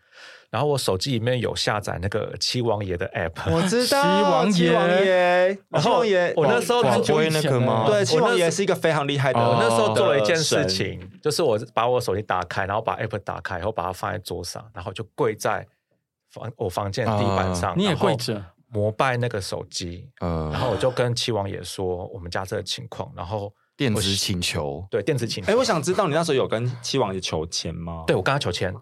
Speaker 3: 然后我手机里面有下载那个七王 爷的 app，
Speaker 4: 我知道
Speaker 1: 七王爷
Speaker 4: 七王爷，
Speaker 3: 然
Speaker 4: 七
Speaker 3: 后
Speaker 4: 王爷，
Speaker 3: 我那时候
Speaker 2: 广
Speaker 3: 很久
Speaker 2: 播
Speaker 3: 以
Speaker 2: 那
Speaker 3: 前
Speaker 2: 个吗？
Speaker 1: 了
Speaker 4: 对，七王
Speaker 3: 我
Speaker 4: 爷
Speaker 3: 那
Speaker 4: 是一个非常厉害的。
Speaker 2: 哦
Speaker 3: 我那时候做了一件
Speaker 4: 的
Speaker 3: 事
Speaker 4: 神
Speaker 3: 情，就是我把我手机打开，然后把 app 打开，然后把它放在桌上，然后就跪在房我房间的地板上，
Speaker 1: 你也
Speaker 3: 然后
Speaker 1: 跪着
Speaker 3: 膜拜那个手机，
Speaker 2: 嗯
Speaker 3: 然后我就跟七王爷说我们家这个情况，然后
Speaker 2: 电子请求，
Speaker 3: 对电子琴。
Speaker 4: 哎、我想知道你那时候有跟七王爷求签吗？
Speaker 3: 对，我跟他求签，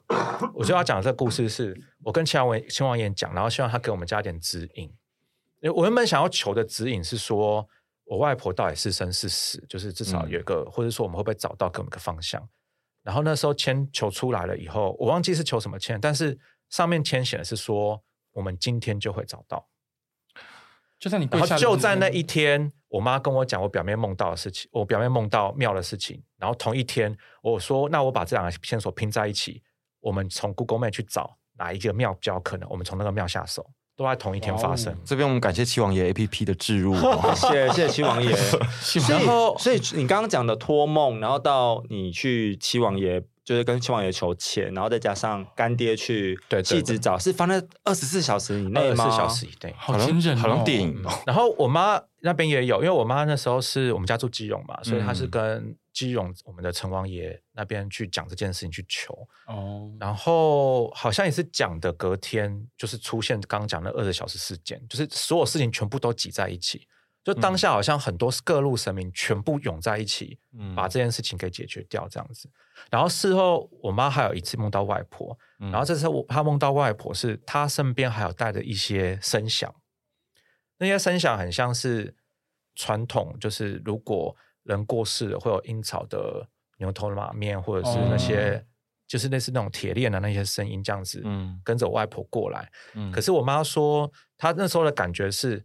Speaker 3: 我就要讲的这个故事是，我跟秦王爷秦王爷讲，然后希望他给我们家一点指引。因为我原本想要求的指引是说，我外婆到底是生是死，就是至少有一个，或者说我们会不会找到给我们个方向。然后那时候签求出来了以后，我忘记是求什么签，但是上面签写的是说，我们今天就会找到。
Speaker 1: 就在你跪
Speaker 3: 然
Speaker 1: 下
Speaker 3: 后
Speaker 1: 的
Speaker 3: 就
Speaker 1: 那
Speaker 3: 在那
Speaker 1: 一
Speaker 3: 一天，我妈跟我讲我表妹梦到的事情，我表妹梦到庙的事情。然后同一天，我说那我把这两个线索拼在一起，我们从 Google Map 去找哪一个庙比较有可能，我们从那个庙下手，都在同一天发生。
Speaker 1: 哇
Speaker 2: 这边我们感谢七王爷 A P P 的置 入、哦。
Speaker 4: 谢谢谢谢七王爷。
Speaker 1: 是
Speaker 4: 所
Speaker 1: 吗
Speaker 4: 以所以你刚刚讲的托梦，然后到你去七王爷，就是跟七王爷求签，然后再加上干爹去
Speaker 3: 对对
Speaker 4: 妻子找，是放在二十四小时以哦内
Speaker 3: 二十
Speaker 4: 吗？
Speaker 3: 四小时以内。
Speaker 1: 好
Speaker 2: 好
Speaker 1: 惊人、
Speaker 2: 像
Speaker 1: 哦，
Speaker 2: 好像电影哦，
Speaker 3: 然后我妈那边也有，因为我妈那时候是我们家住基隆嘛，所以她是
Speaker 2: 嗯
Speaker 3: 跟基隆我们的城隍爷那边去讲这件事情去求。
Speaker 1: 哦，
Speaker 3: 然后好像也是讲的隔天就是出现刚刚讲的二十小时事件，就是所有事情全部都挤在一起，就当下好像很多各路神明全部涌在一起，
Speaker 2: 嗯
Speaker 3: 把这件事情给解决掉这样子。然后事后我妈还有一次梦到外婆，
Speaker 2: 嗯
Speaker 3: 然后这次我她梦到外婆是她身边还有带着一些声响，那些声响很像是传统，就是如果人过世了会有阴曹的牛头马面，或者是那些、就是类似那种铁链啊的那些声音这样子，
Speaker 2: 嗯
Speaker 3: 跟着我外婆过来。
Speaker 2: 嗯
Speaker 3: 可是我妈说，她那时候的感觉是，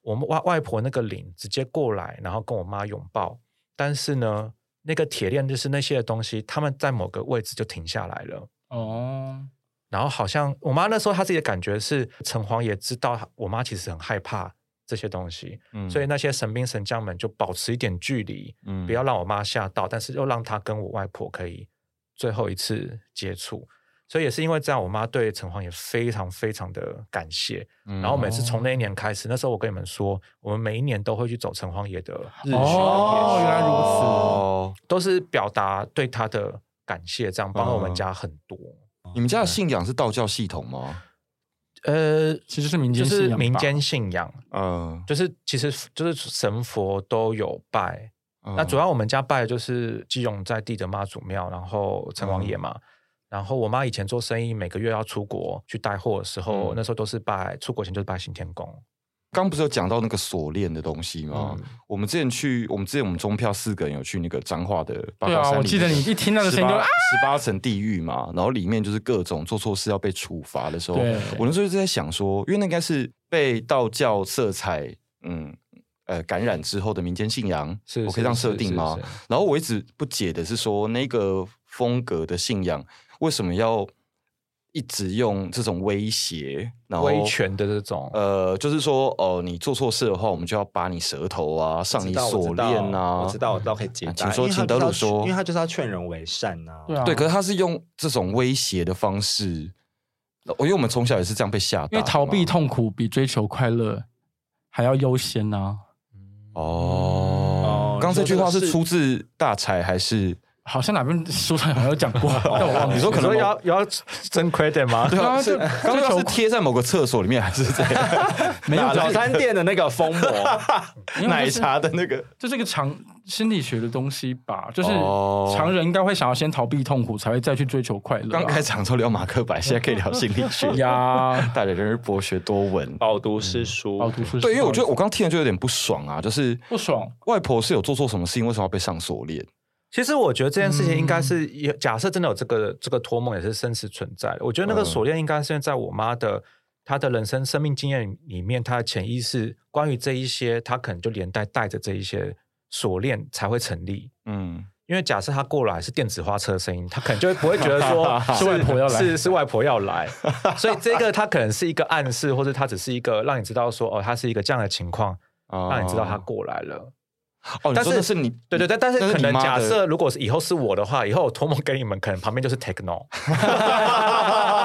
Speaker 3: 我们外外婆那个领直接过来，然后跟我妈拥抱，但是呢，那个铁链就是那些东西，他们在某个位置就停下来了。
Speaker 1: 哦，
Speaker 3: 然后好像我妈那时候她自己的感觉是，城隍爷知道她我妈其实很害怕这些东西，
Speaker 2: 嗯
Speaker 3: 所以那些神兵神将们就保持一点距离，
Speaker 2: 嗯
Speaker 3: 不要让我妈吓到，但是又让她跟我外婆可以最后一次接触。所以也是因为这样，我妈对城隍爷非常非常的感谢。
Speaker 2: 嗯
Speaker 3: 然后每
Speaker 1: 们
Speaker 3: 次从那一年开始，那时候我跟你们说，我们每一年都会去走城隍爷的日巡，
Speaker 1: 哦原来如此
Speaker 2: 哦，
Speaker 3: 都是表达对他的感谢，这样帮了我们家很多。
Speaker 2: 你们家的信仰是道教系统吗？
Speaker 3: 呃，
Speaker 1: 其实是民
Speaker 3: 就
Speaker 1: 间信
Speaker 3: 是
Speaker 1: 仰吧
Speaker 3: 民间信仰，
Speaker 2: 嗯，
Speaker 3: 就是其实就是神佛都有拜，那主
Speaker 2: 要
Speaker 3: 要我们家拜的就是基隆在地的妈祖庙，然后城隍
Speaker 2: 嗯
Speaker 3: 爷嘛。然后我妈以前做生意，每个月要出国去带货的时候，
Speaker 2: 嗯
Speaker 3: 那时候都是拜出国前就是拜行天宫。
Speaker 2: 刚不是有讲到那个锁链的东西吗？
Speaker 3: 嗯
Speaker 2: 我们之前去，我们之前我们中票四个人有去那个彰化的八
Speaker 1: 对
Speaker 2: 卦
Speaker 1: 啊，
Speaker 2: 山里面
Speaker 1: 我记得你一听到的声音就啊，
Speaker 2: 十八层地狱嘛，然后里面就是各种做错事要被处罚的时候，
Speaker 1: 哎对
Speaker 2: 我那时候就在想说，因为那应该是被道教色彩，嗯呃感染之后的民间信仰，
Speaker 3: 是
Speaker 2: 我可
Speaker 3: 是
Speaker 2: 以这样
Speaker 3: 是
Speaker 2: 设定
Speaker 3: 是
Speaker 2: 吗
Speaker 3: 是？
Speaker 2: 然后我一直不解的是说，那个风格的信仰为什么要一直用这种威胁，然后
Speaker 3: 威权的这种
Speaker 2: 呃，就是说哦，你做错事的话，我们就要拔你舌头啊，上
Speaker 4: 知
Speaker 2: 你
Speaker 4: 道
Speaker 2: 锁链啊，
Speaker 4: 我知道，我知道，我知道可以解答。
Speaker 2: 请说
Speaker 4: 因为他
Speaker 2: 请德
Speaker 4: 就是
Speaker 2: 鲁
Speaker 4: 要
Speaker 2: 说
Speaker 4: 因为他就是要劝人为善呐、
Speaker 1: 对啊，
Speaker 2: 对，可是他是用这种威胁的方式，呃因为我们从小也是这样被吓到的
Speaker 1: 因
Speaker 2: 嘛，
Speaker 1: 为逃避痛苦比追求快乐还要优先啊呐、
Speaker 2: 哦
Speaker 4: 哦。
Speaker 2: 刚刚这句话
Speaker 4: 你说
Speaker 2: 是
Speaker 4: 这个是
Speaker 2: 出自大柴还 是？
Speaker 1: 好像哪边书上好像有讲 过，但我忘了。
Speaker 2: 你说可能
Speaker 3: 你
Speaker 2: 某
Speaker 3: 要要争 credit 吗？
Speaker 2: 对啊，
Speaker 1: 啊
Speaker 2: 是
Speaker 1: 就
Speaker 2: 刚刚是贴在某个厕所里面还是怎 样？
Speaker 1: 没
Speaker 2: 啊
Speaker 1: 有就
Speaker 4: 哪
Speaker 1: 是
Speaker 4: 早餐店的那 个封魔
Speaker 1: 因为
Speaker 2: 奶
Speaker 1: 就是
Speaker 2: 茶的那个
Speaker 1: 这是一个常心理学的东西吧，就是
Speaker 2: 哦
Speaker 1: 常人应该会想要先逃避痛苦，才会再去追求快乐啊吧。
Speaker 2: 刚开场的时候聊马克白，现在可以聊心理学
Speaker 1: 呀，
Speaker 2: 大家真是博学多闻。
Speaker 4: 饱读诗书，
Speaker 1: 好读书
Speaker 2: 对，因为我觉得我刚听了就有点不爽啊，就是
Speaker 1: 不爽，
Speaker 2: 外婆是有做错什么事情，为什么要被上锁链？
Speaker 3: 其实我觉得这件事情
Speaker 1: 嗯
Speaker 3: 应该是也、假设真的有这个这个托梦也是真实存在的。我觉得那个
Speaker 2: 嗯
Speaker 3: 锁链应该是在我妈的她的人生生命经验里面，她的潜意识关于这一些，她可能就连带带着这一些锁链才会成立。
Speaker 2: 嗯，
Speaker 3: 因为假设她过来是电子花车的声音，她可能就会不会觉得说
Speaker 1: 是外婆要来
Speaker 3: 是是外婆 要来，所以这个它可能是一个暗示，或者它只是一个让你知道说哦，它是一个这样的情况，
Speaker 2: 那
Speaker 1: 哦
Speaker 3: 让你知道她过来了。
Speaker 2: 哦，你
Speaker 3: 但
Speaker 2: 说
Speaker 3: 是
Speaker 2: 那是你
Speaker 3: 对对，但但是
Speaker 2: 那
Speaker 3: 可
Speaker 2: 你
Speaker 3: 能
Speaker 2: 妈
Speaker 3: 假
Speaker 2: 的
Speaker 3: 设，如果是以后是我的话，以后我托梦给你们，可能旁边就是 techno，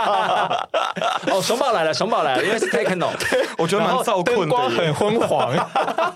Speaker 4: 哦，熊宝来了，熊宝来了，因为是 techno，
Speaker 2: 我觉得蛮
Speaker 3: 照
Speaker 2: 燥
Speaker 3: 灯
Speaker 2: 困的
Speaker 3: 光
Speaker 2: 耶，
Speaker 3: 很昏黄。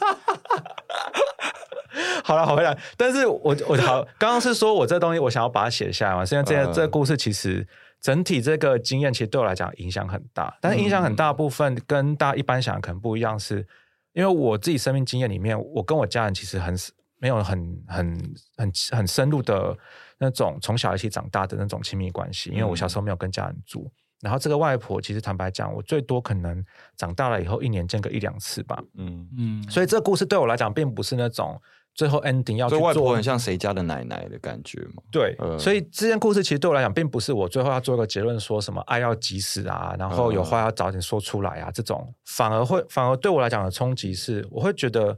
Speaker 3: 好了，好回来。但是我我好，刚刚是说我这东西我想要把它写下来嘛，是因为这、
Speaker 2: 嗯
Speaker 3: 这个故事其实整体这个经验其实对我来讲影响很大，但是影响
Speaker 2: 嗯
Speaker 3: 很大部分跟大家一般想的可能不一样是，因为我自己生命经验里面，我跟我家人其实很没有很很很很深入的那种从小一起长大的那种亲密关系，因为我小时候
Speaker 2: 嗯
Speaker 3: 没有跟家人住。然后这个外婆，其实坦白讲，我最多可能长大了以后一年见个一两次吧。
Speaker 2: 嗯，
Speaker 1: 嗯，
Speaker 3: 所以这个故事对我来讲，并不是那种最后 ending 要去
Speaker 2: 所以外婆
Speaker 3: 做
Speaker 2: 很像谁家的奶奶的感觉嘛。
Speaker 3: 对，
Speaker 2: 呃
Speaker 3: 所以这件故事其实对我来讲，并不是我最后要做一个结论，说什么爱要及时啊，然后有话要早点说出来啊，这种反而会反而对我来讲的冲击是，我会觉得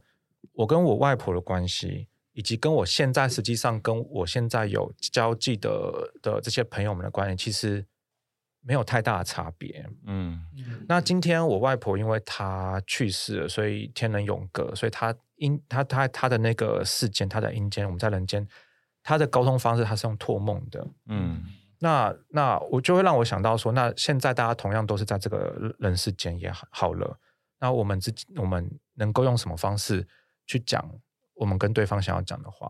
Speaker 3: 我跟我外婆的关系，以及跟我现在实际上跟我现在有交际的的这些朋友们的关系，其实没有太大的差别。
Speaker 2: 嗯
Speaker 3: 那今天我外婆因为她去世了，所以天人永隔，所以她阴她她她的那个世间，她在阴间，我们在人间，她的沟通方式她是用托梦的。
Speaker 2: 嗯
Speaker 3: 那那我就会让我想到说，那现在大家同样都是在这个人世间也好好了，那我们之我们能够用什么方式去讲我们跟对方想要讲的话？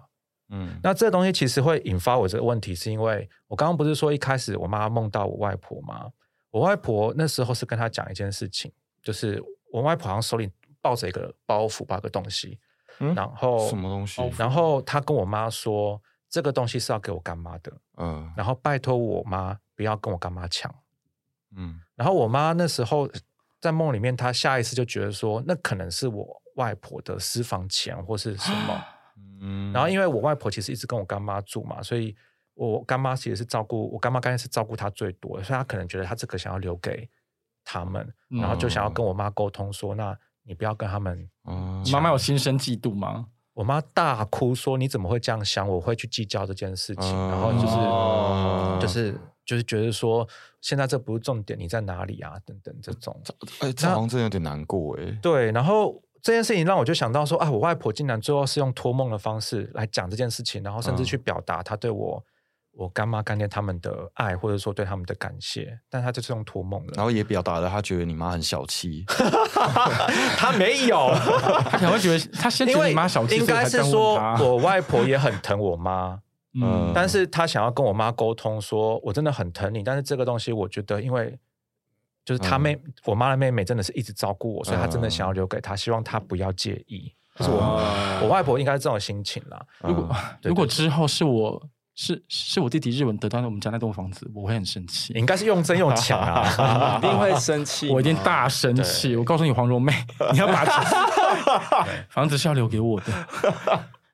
Speaker 2: 嗯，
Speaker 3: 那这东西其实会引发我这个问题，是因为我刚刚不是说一开始我妈梦到我外婆吗？我外婆那时候是跟她讲一件事情，就是我外婆好像手里抱着一个包袱，抱一个东西，
Speaker 2: 嗯
Speaker 3: 然后
Speaker 2: 什么东西？
Speaker 3: 然后她跟我妈说，这个东西是要给我干妈的，
Speaker 2: 嗯
Speaker 3: 然后拜托我妈不要跟我干妈抢。
Speaker 2: 嗯
Speaker 3: 然后我妈那时候在梦里面，她下意识就觉得说，那可能是我外婆的私房钱或是什 么。
Speaker 2: 嗯，
Speaker 3: 然后因为我外婆其实一直跟我干妈住嘛，所以我干妈其实是照顾我干妈，刚才是照顾她最多的，所以她可能觉得她这个想要留给他们，
Speaker 1: 嗯
Speaker 3: 然后就想要跟我妈沟通说，那你不要跟他们。
Speaker 2: 哦
Speaker 1: 妈妈有心生嫉妒吗？
Speaker 3: 我妈大哭说：“你怎么会这样想？我会去计较这件事情。然后就是、
Speaker 2: 哦
Speaker 3: 就是就是觉得说，现在这不是重点，你在哪里啊？等等这种。
Speaker 2: 哎，这好像真的有点难过哎。
Speaker 3: 对，然后这件事情让我就想到说啊，我外婆竟然最后是用托梦的方式来讲这件事情，然后甚至
Speaker 2: 嗯
Speaker 3: 去表达她对我、我干妈干爹他们的爱，或者说对他们的感谢，但她就是用托梦
Speaker 2: 然
Speaker 1: 哦
Speaker 3: 了。
Speaker 2: 后也表达了他觉得你妈很小气，
Speaker 3: 她没有，
Speaker 1: 她可能会觉 得，她先
Speaker 3: 因
Speaker 1: 觉得
Speaker 3: 为
Speaker 1: 你妈小气，
Speaker 3: 应该
Speaker 1: 所以才
Speaker 3: 是
Speaker 1: 这样
Speaker 3: 说
Speaker 1: 问她
Speaker 3: 我外婆也很疼我妈，
Speaker 1: 嗯
Speaker 2: 嗯
Speaker 3: 但是她想要跟我妈沟通说，我真的很疼你，但是这个东西我觉得因为。就是
Speaker 1: 嗯
Speaker 3: 她妹，我妈的妹妹真的是一直照顾我，所以她真的想要留给她，希望她不要介意。
Speaker 2: 就是我
Speaker 1: 嗯
Speaker 3: 我外婆应该是这种心情啦。
Speaker 1: 如果
Speaker 3: 对
Speaker 1: 如果
Speaker 3: 对
Speaker 1: 之后是我是是我弟弟日文得到我们家那栋房子，我会很生气
Speaker 3: 你，应该是用真用抢啊！
Speaker 4: 一定会生气，
Speaker 1: 我一定。大生气。我告诉你，黄 蓉妹，你要把 房子是要留给 我的。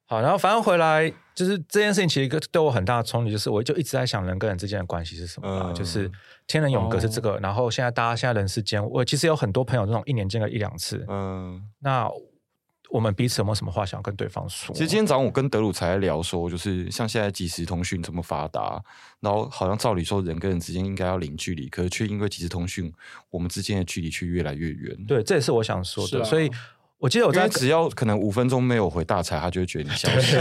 Speaker 3: 好，然后反正回来就是这件事情，其实对我很大的冲击，就是我就一直在想人跟人之间的关系是什么啦、
Speaker 2: 嗯哦
Speaker 3: 就是天人永隔是这个，然后现在大家现在人世间，我其实有很多朋友这种一年见个一两次，
Speaker 2: 嗯，
Speaker 3: 那我们彼此有没有什么话想跟对方说？
Speaker 2: 其实今天早上我跟德鲁才在聊说，就是像现在即时通讯这么发达，然后好像照理说人跟人之间应该要零距离，可是却因为即时通讯，我们之间的距离却越来越远。，
Speaker 3: 对，这也是我想说
Speaker 1: 是
Speaker 3: 的。
Speaker 1: 啊
Speaker 3: 所以我记得我
Speaker 2: 因
Speaker 3: 在
Speaker 2: 为哦只要可能五分钟没有回大才，他就会觉得你消失。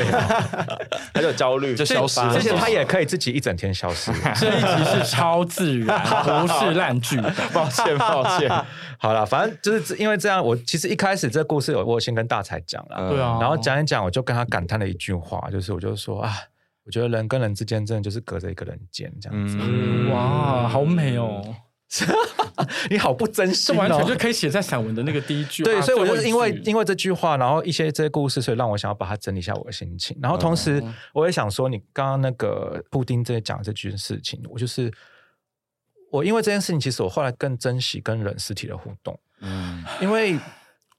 Speaker 4: 他就有焦虑，
Speaker 2: 就消失了
Speaker 4: 这
Speaker 3: 而
Speaker 4: 些
Speaker 3: 且
Speaker 4: 他
Speaker 3: 他
Speaker 4: 也
Speaker 3: 也可以自己一整天 消失。
Speaker 1: 这一集是超自然，不是烂 剧本。
Speaker 2: 抱歉，抱歉。
Speaker 3: 好了，反正就是因为这样，我其实一开始这故事有我有先跟大才讲了，
Speaker 1: 对啊，
Speaker 3: 然后讲一讲，我就跟他感叹了一句话，就是我就说啊，我觉得人跟人之间真的就是隔着一个人间这样子。
Speaker 2: 嗯，
Speaker 1: 哇，好美哦！
Speaker 3: 你好不真
Speaker 1: 这
Speaker 3: 心、哦，
Speaker 1: 完全就可以写在散文的那个第一句。
Speaker 3: 对，
Speaker 1: 啊
Speaker 3: 所以我就是因
Speaker 1: 最
Speaker 3: 为
Speaker 1: 后一句
Speaker 3: 因为这句话，然后一些这些故事，所以让我想要把它整理一下我的心情。然后同时，
Speaker 1: 哦
Speaker 3: 我也想说，你刚刚那个布丁在讲这件事情，我就是我因为这件事情，其实我后来更珍惜跟人实体的互动，
Speaker 2: 嗯，
Speaker 3: 因为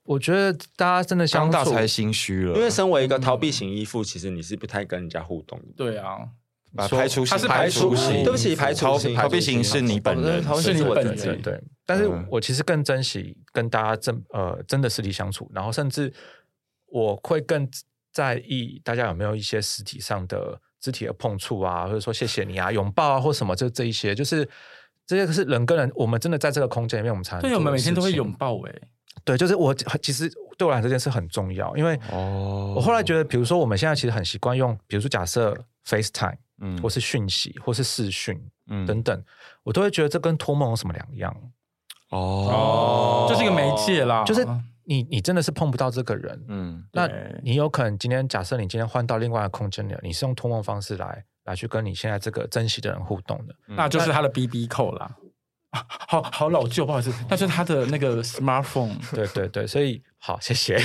Speaker 3: 我觉得大家真的相
Speaker 2: 刚大
Speaker 3: 处
Speaker 2: 才心虚了，
Speaker 4: 因为身为一个逃避型依附，其实你是不太跟人家互动的。
Speaker 1: 对啊，
Speaker 2: 把排除
Speaker 1: 他
Speaker 2: 型
Speaker 1: 是
Speaker 2: 排
Speaker 1: 排
Speaker 2: 除
Speaker 1: 除
Speaker 2: 型，
Speaker 1: 对
Speaker 4: 不起排除型
Speaker 2: 逃避型是你本人，
Speaker 4: 逃避
Speaker 1: 型是你本人
Speaker 3: 对对，但是
Speaker 2: 嗯
Speaker 3: 我其实更珍惜跟大家真呃真的实体相处，然后甚至我会更在意大家有没有一些实体上的肢体的碰触啊，或者说谢谢你啊、拥抱啊或什么，这这一些就是。这些是人跟人，我们真的在这个空间里面，我们才能
Speaker 1: 对，啊
Speaker 3: 做
Speaker 1: 我们
Speaker 3: 的
Speaker 1: 每天
Speaker 3: 事
Speaker 1: 都会
Speaker 3: 情
Speaker 1: 拥抱哎，
Speaker 3: 对，就是我其实对我来说这件事很重要，因为
Speaker 2: 哦
Speaker 3: 我后来觉得，比如说我们现在其实很习惯用，比如说假设 FaceTime
Speaker 2: 嗯
Speaker 3: 或是讯息或是视讯
Speaker 2: 嗯
Speaker 3: 等等，我都会觉得这跟托梦有什么两样？
Speaker 2: 哦，
Speaker 1: 这是一个媒介啦，嗯
Speaker 3: 就是你你真的是碰不到这个人，
Speaker 2: 嗯
Speaker 3: 那
Speaker 1: 对
Speaker 3: 你有可能今天假设你今天换到另外的空间里，你是用托梦方式来来去跟你现在这个珍惜的人互动的
Speaker 1: 那就是他的 B B 扣啦。 好好老旧，不好意思，但是他的那个 smartphone，
Speaker 3: 对对对，所以好，谢谢。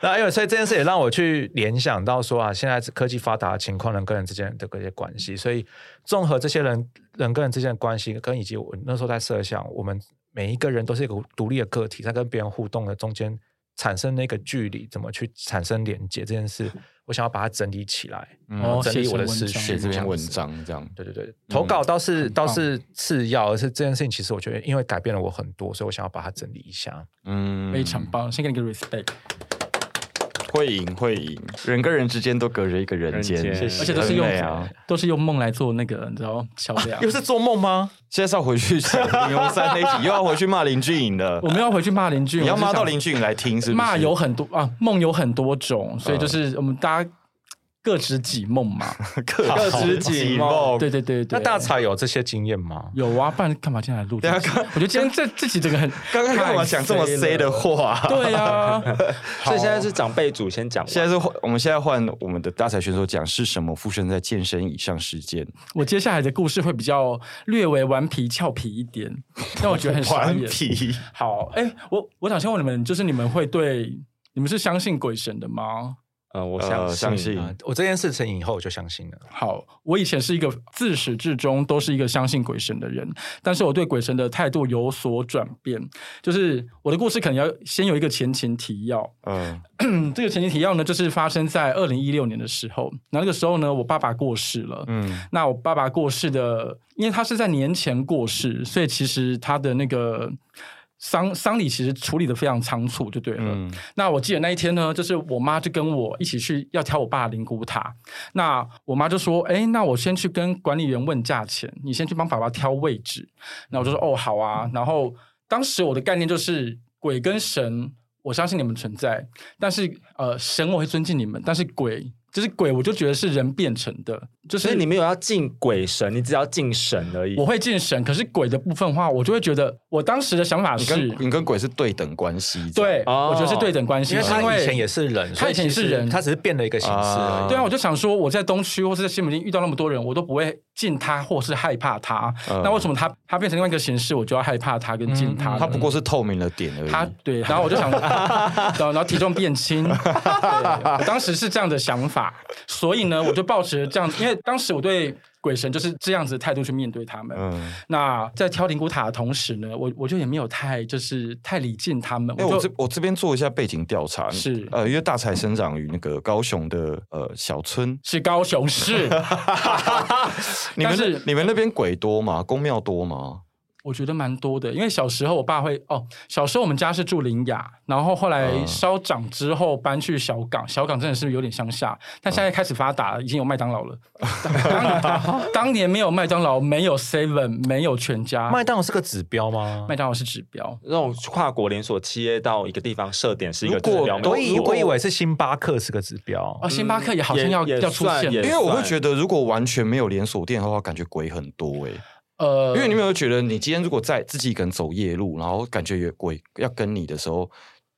Speaker 3: 那因为所以这件事也让我去联想到说啊，现在科技发达的情况，人跟人之间的这些关系，所以综合这些人人跟人之间的关系，跟以及我那时候在设想，我们每一个人都是一个独立的个体，在跟别人互动的中间产生那个距离，怎么去产生连接这件事，我想要把它整理起来，嗯然后
Speaker 1: 哦
Speaker 3: 整
Speaker 1: 写
Speaker 3: 理
Speaker 1: 成
Speaker 3: 我的
Speaker 1: 文
Speaker 3: 思
Speaker 1: 章
Speaker 3: 绪，
Speaker 2: 写这篇文
Speaker 3: 样子
Speaker 2: 章这样。
Speaker 3: 对对对，投稿倒是、
Speaker 1: 很
Speaker 3: 倒
Speaker 1: 棒
Speaker 3: 是次要，而是这件事情其实我觉得，因为改变了我很多，所以我想要把它整理一下。
Speaker 2: 嗯
Speaker 1: 非常棒，先给你个 respect，
Speaker 2: 会赢会赢，人跟人之间都隔着一个人间，
Speaker 4: 人间
Speaker 1: 而且都是用
Speaker 2: 很美啊。
Speaker 1: 都是用梦来做那个，你知道桥 梁。
Speaker 3: 又是做梦吗？
Speaker 2: 现在是要回去想林红山那集，又要回去骂林俊颖了
Speaker 1: 我。们要回去骂邻居，
Speaker 2: 你要
Speaker 1: 我是
Speaker 2: 骂
Speaker 1: 想
Speaker 2: 到林俊颖来听，是嗯不是？
Speaker 1: 骂有很多啊，梦有很多种，所以就是我们大家各执己梦 嘛。
Speaker 2: 各
Speaker 4: 各
Speaker 2: 执
Speaker 4: 执
Speaker 2: 己
Speaker 4: 己
Speaker 2: 梦
Speaker 4: 梦。
Speaker 1: 对对对对，
Speaker 3: 那大才有这些经验吗？
Speaker 1: 有啊，不然干嘛进来录这
Speaker 2: 对啊
Speaker 1: 集？我觉得今天这这集这个很
Speaker 2: 刚刚干嘛讲这么 C 的？话？
Speaker 1: 太 C 了对啊，
Speaker 4: 所以现在是长辈组先讲完，
Speaker 2: 现在是换我们现在换我们的大财选手讲是什么附身在健身以上事件，
Speaker 1: 我接下来的故事会比较略微顽皮俏皮一 点，让我觉得很傻
Speaker 2: 顽
Speaker 1: 眼。
Speaker 2: 皮。
Speaker 1: 好，哎、我我想先问你们，就是你们会对你们是相信鬼神的吗？
Speaker 4: 呃，我
Speaker 2: 呃
Speaker 4: 相
Speaker 2: 相
Speaker 4: 信
Speaker 2: 信
Speaker 3: 啊我这件事情以后我就相信了。
Speaker 1: 好，我以前是一个自始至终都是一个相信鬼神的人，但是我对鬼神的态度有所转变。就是我的故事可能要先有一个前情提要，
Speaker 2: 嗯，
Speaker 1: 这个前情提要呢，就是发生在二零一六年的时候，那那个时候呢，我爸爸过世了。
Speaker 2: 嗯，
Speaker 1: 那我爸爸过世的，因为他是在年前过世，所以其实他的那个丧丧礼其实处理的非常仓促，就对了。
Speaker 2: 嗯
Speaker 1: 那我记得那一天呢，就是我妈就跟我一起去要挑我爸的灵骨塔。那我妈就说：“哎，那我先去跟管理员问价钱，你先去帮爸爸挑位置。”那我就说：“哦，好啊。”然后当时我的概念就是鬼跟神，我相信你们存在，但是呃，神我会尊敬你们，但是鬼就是鬼，我就觉得是人变成的，就
Speaker 4: 所
Speaker 1: 是
Speaker 4: 以你没有要敬鬼神，你只要敬神而已。
Speaker 1: 我会敬神，可是鬼的部分的话，我就会觉得我当时的想法
Speaker 2: 你
Speaker 1: 是
Speaker 2: 跟，你跟鬼是对等关系，
Speaker 1: 对、
Speaker 4: 哦
Speaker 1: 我觉得是对等关系，啊
Speaker 3: 因为他
Speaker 1: 因
Speaker 3: 以前也是人，
Speaker 1: 他以前也是
Speaker 3: 所
Speaker 1: 人
Speaker 3: 其实他只是变了一个形式而
Speaker 2: 啊
Speaker 3: 已。
Speaker 1: 对啊，我就想说，我在东区或是在西门町遇到那么多人，我都不会敬他或是害怕他。
Speaker 2: 嗯
Speaker 1: 那为什么他他变成另外一个形式，我就要害怕他跟敬
Speaker 3: 嗯
Speaker 1: 他呢？
Speaker 2: 它不过是透明的点而已。
Speaker 1: 他对，然后我就 想，然后然后体重变轻，对我当时是这样的想法，所以呢，我就抱持这样，因为当时我对鬼神就是这样子的态度去面对他们。
Speaker 2: 嗯，
Speaker 1: 那在挑灵骨塔的同时呢，我我就也没有太就是太礼敬他们，
Speaker 2: 哎，
Speaker 1: 就
Speaker 2: 我这我这边做一下背景调查，
Speaker 1: 是
Speaker 2: 呃，因为大财生长于那个高雄的呃小村，
Speaker 1: 是高雄市，
Speaker 2: 你们
Speaker 1: 但是
Speaker 2: 那你们那边鬼多吗？公庙多吗？
Speaker 1: 我觉得蛮多的，因为小时候我爸会哦，小时候我们家是住林雅，然后后来
Speaker 2: 嗯
Speaker 1: 稍长之后搬去小港，小港真的是有点乡下，但现在开始发达，已经有麦当劳了。当当年没有麦当劳，没有 Seven，没有全家，
Speaker 3: 麦当劳是个指标吗？
Speaker 1: 麦当劳是指标。
Speaker 4: 那种跨国连锁企业到一个地方设点是一个
Speaker 2: 如果
Speaker 4: 指标没有
Speaker 3: 我以
Speaker 4: 错
Speaker 3: 我以为是星巴克是个指标
Speaker 1: 哦，，星巴克也好像
Speaker 4: 也
Speaker 1: 要、
Speaker 4: 也
Speaker 1: 要出
Speaker 4: 算
Speaker 1: 现
Speaker 2: 因
Speaker 1: 了
Speaker 4: 也，
Speaker 2: 为我会
Speaker 4: 算
Speaker 2: 觉得，如果完全没有连锁店的话，感觉鬼很多哎、
Speaker 1: 呃，
Speaker 2: 因为你有没有觉得，你今天如果在自己一个人走夜路，然后感觉有鬼要跟你的时候，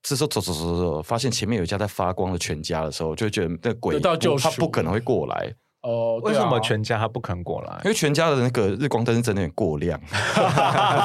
Speaker 2: 这时候走走走走走，发现前面有一家在发光的全家的时候，就会觉得那鬼
Speaker 1: 得到救赎
Speaker 2: 他不可能会过来，
Speaker 1: 哦，
Speaker 3: 为
Speaker 1: 对啊
Speaker 3: 什么全家他不肯过来
Speaker 1: 哎
Speaker 2: 因？为全家的那个日光灯是真的有点过亮。
Speaker 1: 我是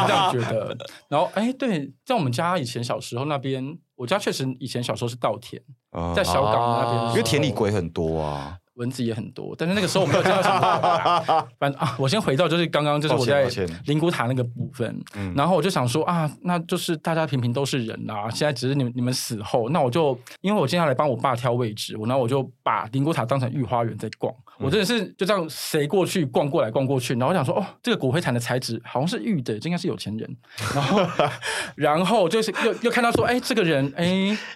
Speaker 1: 这样觉得。 然后哎，对，在我们家以前小时候那边，我家确实以前小时候是稻田，
Speaker 2: 嗯
Speaker 1: 在小港哦那边的时候，
Speaker 2: 因为田里鬼很多啊，
Speaker 1: 蚊子也很多，但是那个时候我没有见到什么爸爸啦。反正啊， 我先回到就是刚刚就是我在
Speaker 2: 抱歉抱歉
Speaker 1: 灵骨塔那个部分，
Speaker 2: 嗯
Speaker 1: 然后我就想说啊，那就是大家平平都是人啦、现在只是你们你们死后，那我就因为我接下来帮我爸挑位置，我然后我就把灵骨塔当成御花园在逛，
Speaker 2: 嗯
Speaker 1: 我真的是就这样谁过去逛过来逛过去，然后我想说哦，这个骨灰坛的材质好像是玉的，这应该是有钱人，然后 然后就是又又看到说，哎，这个人哎，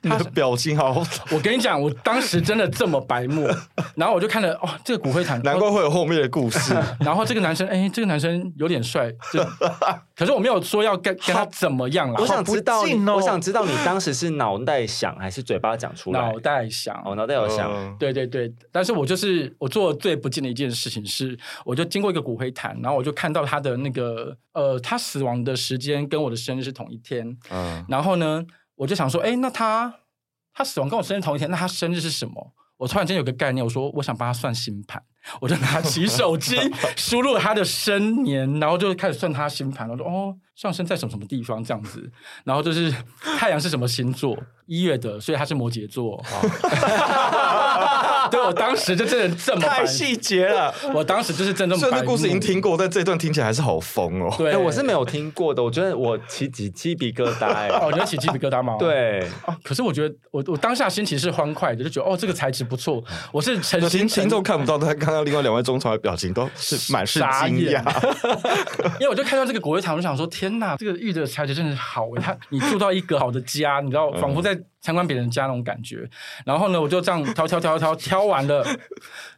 Speaker 2: 你
Speaker 1: 他
Speaker 2: 的表情 好，
Speaker 1: 我跟你讲，我当时真的这么白目，然后我就看了哦，这个骨灰坛，
Speaker 2: 难怪会有后面的故 事。
Speaker 1: 然后这个男生，哎，这个男生有点帅，就可是我没有说要跟跟他怎么样啦。
Speaker 4: 我想知道你
Speaker 3: 好不敬哦
Speaker 4: 我想知道你当时是脑袋想还是嘴巴讲出来
Speaker 1: 脑？袋想，
Speaker 4: 哦，脑袋有 想，
Speaker 1: 对对对，但是我就是我做最不敬的一件事情是，我就经过一个骨灰坛，然后我就看到他的那个呃，他死亡的时间跟我的生日是同一天，
Speaker 2: 嗯，
Speaker 1: 然后呢，我就想说，哎，那他他死亡跟我生日同一天，那他生日是什么？我我突然间有个概念，我说我想帮他算星盘，我就拿起手 机输入他的生年，然后就开始算他星盘，我说哦，上升在什么什么地方这样子，然后就是太阳是什么星座，一月的，所以他是摩羯座。
Speaker 2: 哦
Speaker 1: 对，我当时就真的这么
Speaker 2: 太
Speaker 1: 白
Speaker 2: 细节了。
Speaker 1: 我当时就是真正
Speaker 2: 虽然
Speaker 1: 白
Speaker 2: 这故事已经
Speaker 1: 目
Speaker 2: 听过，但这段听起来还是好疯哦。
Speaker 1: 对、
Speaker 4: 哎，我是没有听过的，我觉得我起鸡鸡皮疙瘩
Speaker 1: 哦，
Speaker 4: 哎。
Speaker 1: 你会起鸡皮疙瘩 吗？。哦
Speaker 4: 对，
Speaker 1: 可是我觉得我我当下心情是欢快的，就觉得哦这个材质不错，我是诚
Speaker 2: 嗯有
Speaker 1: 心
Speaker 2: 听
Speaker 1: 诚
Speaker 2: 听众看不到，但刚刚另外两位中场的表情都是满是
Speaker 1: 傻
Speaker 2: 惊
Speaker 1: 眼
Speaker 2: 讶。
Speaker 1: 因为我就看到这个国乐堂，我就想说天呐，这个玉的材质真的好诶，他你住到一个好的家，你知
Speaker 2: 嗯
Speaker 1: 道，仿佛在参观别人家那种感觉。然后呢，我就这样挑挑挑挑挑完了，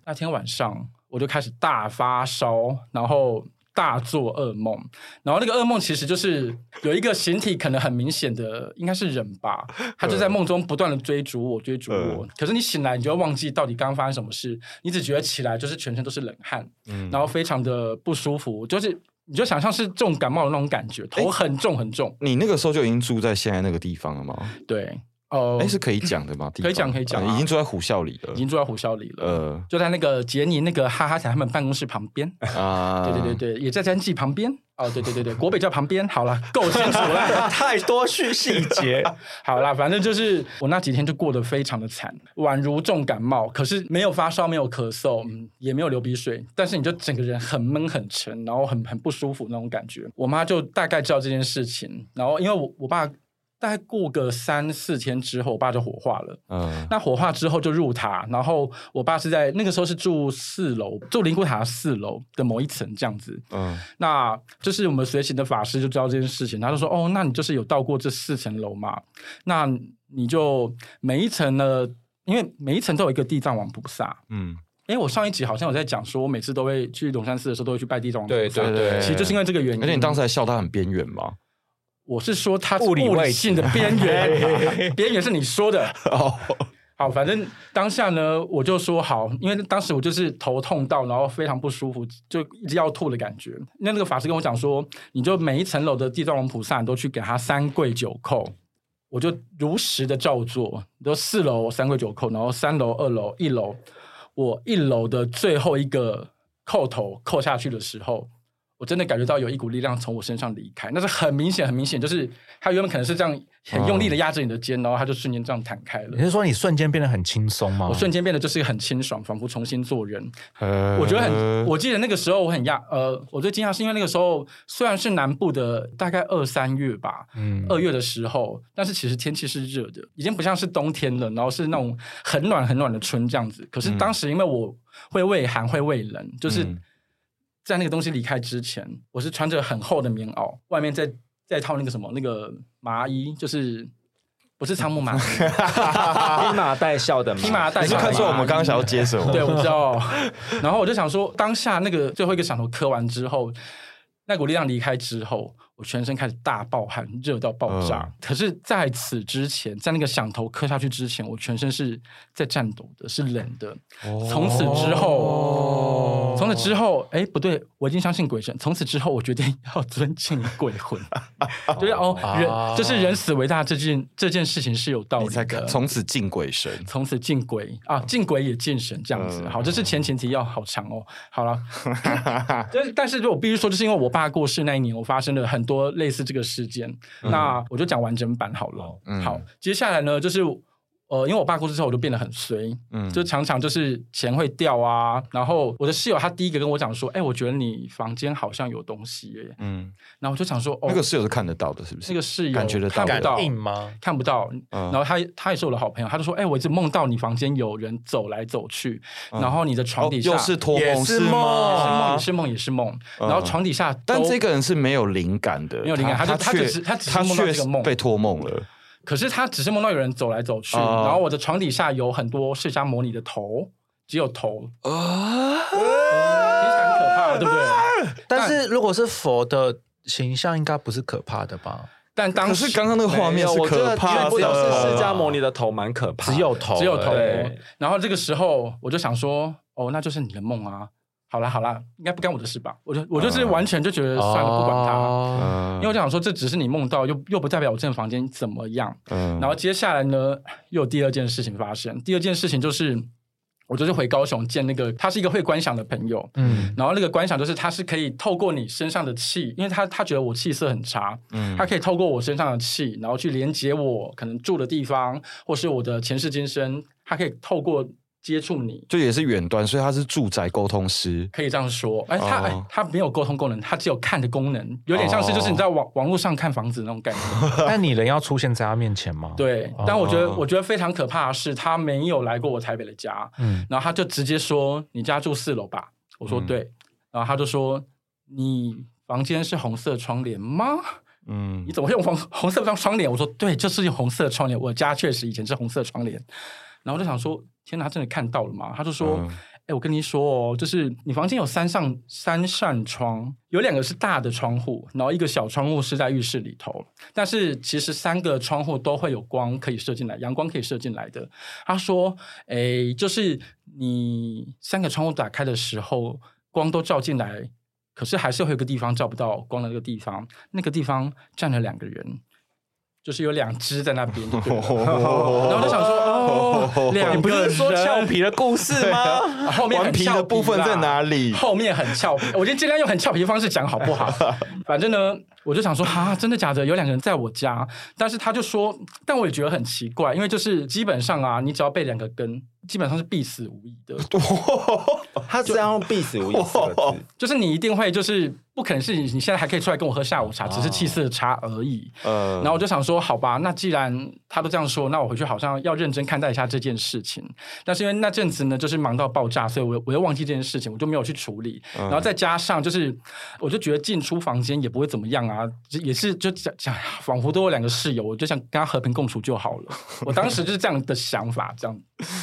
Speaker 1: 那天晚上我就开始大发烧，然后。大做噩梦，然后那个噩梦其实就是有一个形体可能很明显的，应该是人吧，他
Speaker 2: 嗯
Speaker 1: 就在梦中不断的追逐我，追逐我。可是你醒来，你就会忘记到底刚刚发生什么事，你只觉得起来就是全身都是冷汗，
Speaker 2: 嗯
Speaker 1: 然后非常的不舒服，就是你就想象是重感冒的那种感觉，头很重很重。
Speaker 2: 你那个时候就已经住在现在那个地方了吗？
Speaker 1: 对，哦、
Speaker 2: 哎，是可以讲的吗？地
Speaker 1: 可以
Speaker 2: 方
Speaker 1: 讲可以讲
Speaker 2: 呃
Speaker 1: 啊
Speaker 2: 已经住在虎啸里了
Speaker 1: 已。经住在虎啸里了，
Speaker 2: 呃
Speaker 1: 就在那个杰尼那个哈哈台他们办公室旁边。
Speaker 2: 啊，
Speaker 1: 对对对对，也在詹记旁边。哦，对对对对，国北教旁边。好了，够清楚了。
Speaker 4: 太多去细节，
Speaker 1: 好啦，反正就是我那几天就过得非常的惨，宛如重感冒，可是没有发烧，没有咳嗽，嗯，也没有流鼻水，但是你就整个人很闷很沉，然后很很不舒服那种感觉。我妈就大概知道这件事情，然后因为我我爸大概过个三四天之后，我爸就火化了。
Speaker 2: 嗯，
Speaker 1: 那火化之后就入塔，然后我爸是在那个时候是住四楼，住灵骨塔四楼的某一层这样子。
Speaker 2: 嗯
Speaker 1: 那就是我们随行的法师就知道这件事情，他就说：“哦，那你就是有到过这四层楼嘛？那你就每一层呢，因为每一层都有一个地藏王菩萨。
Speaker 2: 嗯，
Speaker 1: 诶，我上一集好像有在讲说，我每次都会去龙山寺的时候都会去拜地藏王菩萨。
Speaker 4: 对对对
Speaker 1: 其实就是因为这个原因。
Speaker 2: 而且你当时还笑他很边缘嘛。
Speaker 1: 我是说他
Speaker 3: 物理位置
Speaker 1: 性的边缘，边缘是你说的。
Speaker 2: 哦，
Speaker 1: 好，反正当下呢，我就说好，因为当时我就是头痛到，然后非常不舒服，就一直要吐的感觉。那那个法师跟我讲说，你就每一层楼的地藏王菩萨，你都去给他三跪九叩。我就如实的照做，就四楼三跪九叩，然后三楼、二楼、一楼，我一楼的最后一个叩头叩下去的时候，我真的感觉到有一股力量从我身上离开，那是很明显、很明显，就是他原本可能是这样很用力的压着你的肩，然后他就瞬间这样弹开了
Speaker 3: 你。是说你瞬间变得很轻松吗？
Speaker 2: 哦
Speaker 1: 我瞬间变得就是很清爽，仿佛重新做人。
Speaker 2: 我
Speaker 1: 我觉得
Speaker 2: 呃
Speaker 1: 很，我记得那个时候我很讶，呃，我最惊讶是因为那个时候虽然是南部的大概二三月吧，
Speaker 3: 嗯
Speaker 1: 二月的时候，但是其实天气是热的，已经不像是冬天了，然后是那种很暖很暖的春这样子。可是当时因为我会畏寒会畏冷，就是
Speaker 2: 嗯
Speaker 1: 在那个东西离开之前，我是穿着很厚的棉袄，外面再再套那个什么那个麻衣，就是不是仓木 麻衣，
Speaker 4: 披麻戴孝的嘛
Speaker 1: 披麻戴
Speaker 2: 你
Speaker 1: 孝
Speaker 2: 是
Speaker 1: 的麻衣。
Speaker 2: 看出来我们刚刚想要接什么？
Speaker 1: 对，我知道。然后我就想说，当下那个最后一个响头磕完之后，那股力量离开之后，我全身开始大爆汗，热到爆炸。
Speaker 2: 嗯
Speaker 1: 可是在此之前，在那个响头磕下去之前，我全身是在颤抖的，是冷的。
Speaker 2: 哦
Speaker 1: 从此之后，从此之后，哎，不对，我已经相信鬼神。从此之后，我决定要尊敬鬼魂， 就是哦，人就是人死为大这件这件事情是有道理
Speaker 2: 哦你才
Speaker 1: 的。
Speaker 2: 从此敬鬼神。
Speaker 1: 从此敬鬼啊，敬鬼也敬神这样子。
Speaker 2: 哦嗯
Speaker 1: 好，这是前前提要好长哦。好 了，但但是就我必须说，就是因为我爸过世那一年，我发生了很多类似这个事件。那我就讲完整版好了。
Speaker 2: 嗯
Speaker 1: 好，接下来呢，就是呃，因为我爸过世之后，我就变得很衰，
Speaker 2: 嗯，
Speaker 1: 就常常就是钱会掉啊。然后我的室友他第一个跟我讲说：“哎、我觉得你房间好像有东西耶。
Speaker 2: 嗯，”
Speaker 1: 然后我就想说：“哦，
Speaker 2: 那个室友是看得到的，是不是？
Speaker 1: 那个室友
Speaker 2: 感觉得到
Speaker 1: 看不到
Speaker 3: 感应吗？
Speaker 1: 看不到。
Speaker 2: 嗯
Speaker 1: 然后他他也是我的好朋友，他就说：“哎、我一直梦到你房间有人走来走去，然后你的床
Speaker 2: 哦，
Speaker 1: 底下、
Speaker 2: 又是托
Speaker 3: 也
Speaker 2: 梦
Speaker 3: 是
Speaker 2: 吗？
Speaker 1: 也是梦，也是梦，也是梦。
Speaker 2: 嗯
Speaker 1: 然后床底下都，
Speaker 2: 但这个人是没有灵感的，
Speaker 1: 没有灵感
Speaker 2: 他
Speaker 1: 他就他
Speaker 2: 却
Speaker 1: 只是他只是
Speaker 2: 他
Speaker 1: 梦到
Speaker 2: 却
Speaker 1: 这个梦
Speaker 2: 被托梦了。
Speaker 1: 可是他只是梦到有人走来走去，
Speaker 2: 哦
Speaker 1: 然后我的床底下有很多释迦摩尼的头，只有头，
Speaker 2: 啊！
Speaker 1: 其实很可怕，对不对？
Speaker 2: 嗯
Speaker 3: 但是如果是佛的形象，应该不是可怕的吧？
Speaker 1: 但
Speaker 2: 可
Speaker 1: 当
Speaker 2: 是
Speaker 1: 时
Speaker 2: 刚刚那个画面是
Speaker 4: 我觉
Speaker 2: 可
Speaker 4: 得
Speaker 2: 怕
Speaker 4: 全
Speaker 2: 的，
Speaker 4: 部都是释迦牟尼的头，蛮可怕的。
Speaker 3: 只有头，
Speaker 1: 只有头哎
Speaker 2: 哎
Speaker 4: 对，
Speaker 1: 然后这个时候我就想说：“哦，那就是你的梦啊。”好啦好啦，应该不干我的事吧？我就我就是
Speaker 2: 嗯
Speaker 1: 完全就觉得算了，不管他。
Speaker 3: 他。
Speaker 2: 嗯，
Speaker 1: 因为我就想说，这只是你梦到，又又不代表我这个房间怎么样。
Speaker 2: 嗯
Speaker 1: 然后接下来呢，又有第二件事情发生。第二件事情就是我就是回高雄见那个，他是一个会观想的朋友，
Speaker 3: 嗯
Speaker 1: 然后那个观想就是他是可以透过你身上的气，因为他他觉得我气色很差，
Speaker 2: 嗯
Speaker 1: 他可以透过我身上的气，然后去连接我可能住的地方，或是我的前世今生，他可以透过接触你。
Speaker 2: 就也是远端，所以他是住宅沟通师。
Speaker 1: 可以这样说，哎，他、
Speaker 2: 哦
Speaker 1: 哎他没有沟通功能，他只有看的功能，有点像是就是你在网、网络上看房子那种感觉。
Speaker 3: 嗯但你人要出现在他面前吗？，
Speaker 1: 对，啊
Speaker 2: 哦
Speaker 1: 但我觉得、我觉得非常可怕的是，他没有来过我台北的家，
Speaker 3: 嗯，
Speaker 1: 然后他就直接说：“你家住四楼吧？”我说：“
Speaker 2: 嗯
Speaker 1: 对。然后他就说：“你房间是红色窗帘吗？
Speaker 2: 嗯
Speaker 1: 你，怎么会用红红色窗窗帘？”我说：“对，就是用红色窗帘。我家确实以前是红色窗帘。”然后我就想说：“天哪，他真的看到了吗？”他就说：“
Speaker 2: 嗯
Speaker 1: 哎、我跟你说哦，就是你房间有三扇三扇窗，有两个是大的窗户，然后一个小窗户是在浴室里头。但是其实三个窗户都会有光可以射进来，阳光可以射进来的。他说，哎、就是你三个窗户打开的时候，光都照进来，可是还是会有个地方照不到光的那个地方，那个地方站了两个人。就是有两只在那边，对了然后我就想说，哦，两个
Speaker 3: 你不是说
Speaker 1: 人
Speaker 3: 俏皮的 故事吗？
Speaker 1: 啊后面很
Speaker 2: 顽皮
Speaker 1: 俏
Speaker 2: 的部分
Speaker 1: 啦
Speaker 2: 在哪里？
Speaker 1: 后面很俏皮，我就尽量用很俏皮的方式讲好不好？反正呢，我就想说，哈，真的假的？有两个人在我家，但是他就说，但我也觉得很奇怪，因为就是基本上啊，你只要被两个跟，基本上是必死无疑 的，
Speaker 4: 他这样用必死无疑四个字，
Speaker 1: 就是你一定会就是不可能是你你现在还可以出来跟我喝下午茶，只是气色差而已。
Speaker 4: 哦
Speaker 2: 呃
Speaker 1: 然后我就想说，好吧，那既然他都这样说，那我回去好像要认真看待一下这件事情。但是因为那阵子呢，就是忙到爆炸，所以我我又忘记这件事情，我就没有去处理。
Speaker 2: 嗯
Speaker 1: 然后再加上就是，我就觉得进出房间也不会怎么样啊，就也是就讲讲，仿佛都有两个室友，我就想跟他和平共处就好了。我当时就是这样的想法，这样。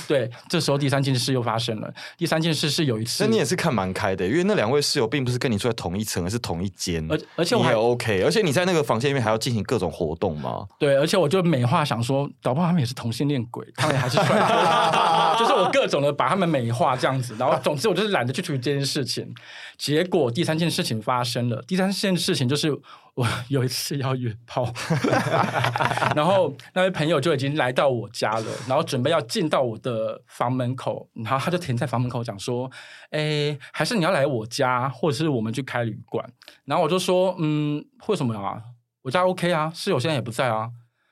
Speaker 1: 对，这时候第三件事又发生了。第三件事是有一次，
Speaker 2: 那你也是看蛮开的，因为那两位室友并不是跟你住在同一层，而是同一间，
Speaker 1: 而而且我
Speaker 2: 你
Speaker 1: 还
Speaker 2: 也 OK，而且你在那个房间里面还要进行各种活动嘛。
Speaker 1: 对，而且我就美化，想说，搞不好他们也是同性恋鬼，他们还是帅哥，就是我各种的把他们美化这样子。然后，总之我就是懒得去处理这件事情。结果第三件事情发生了，第三件事情就是我 有一次要约炮， 然后那位朋友就已经来到我家了，然后准备要进到我的房门口，然后他就停在房门口讲说：“哎，还是你要来我家，或者是我们去开旅馆。”然后我就说：“嗯，为什么啊？我家 OK 啊，室友现在也不在啊。”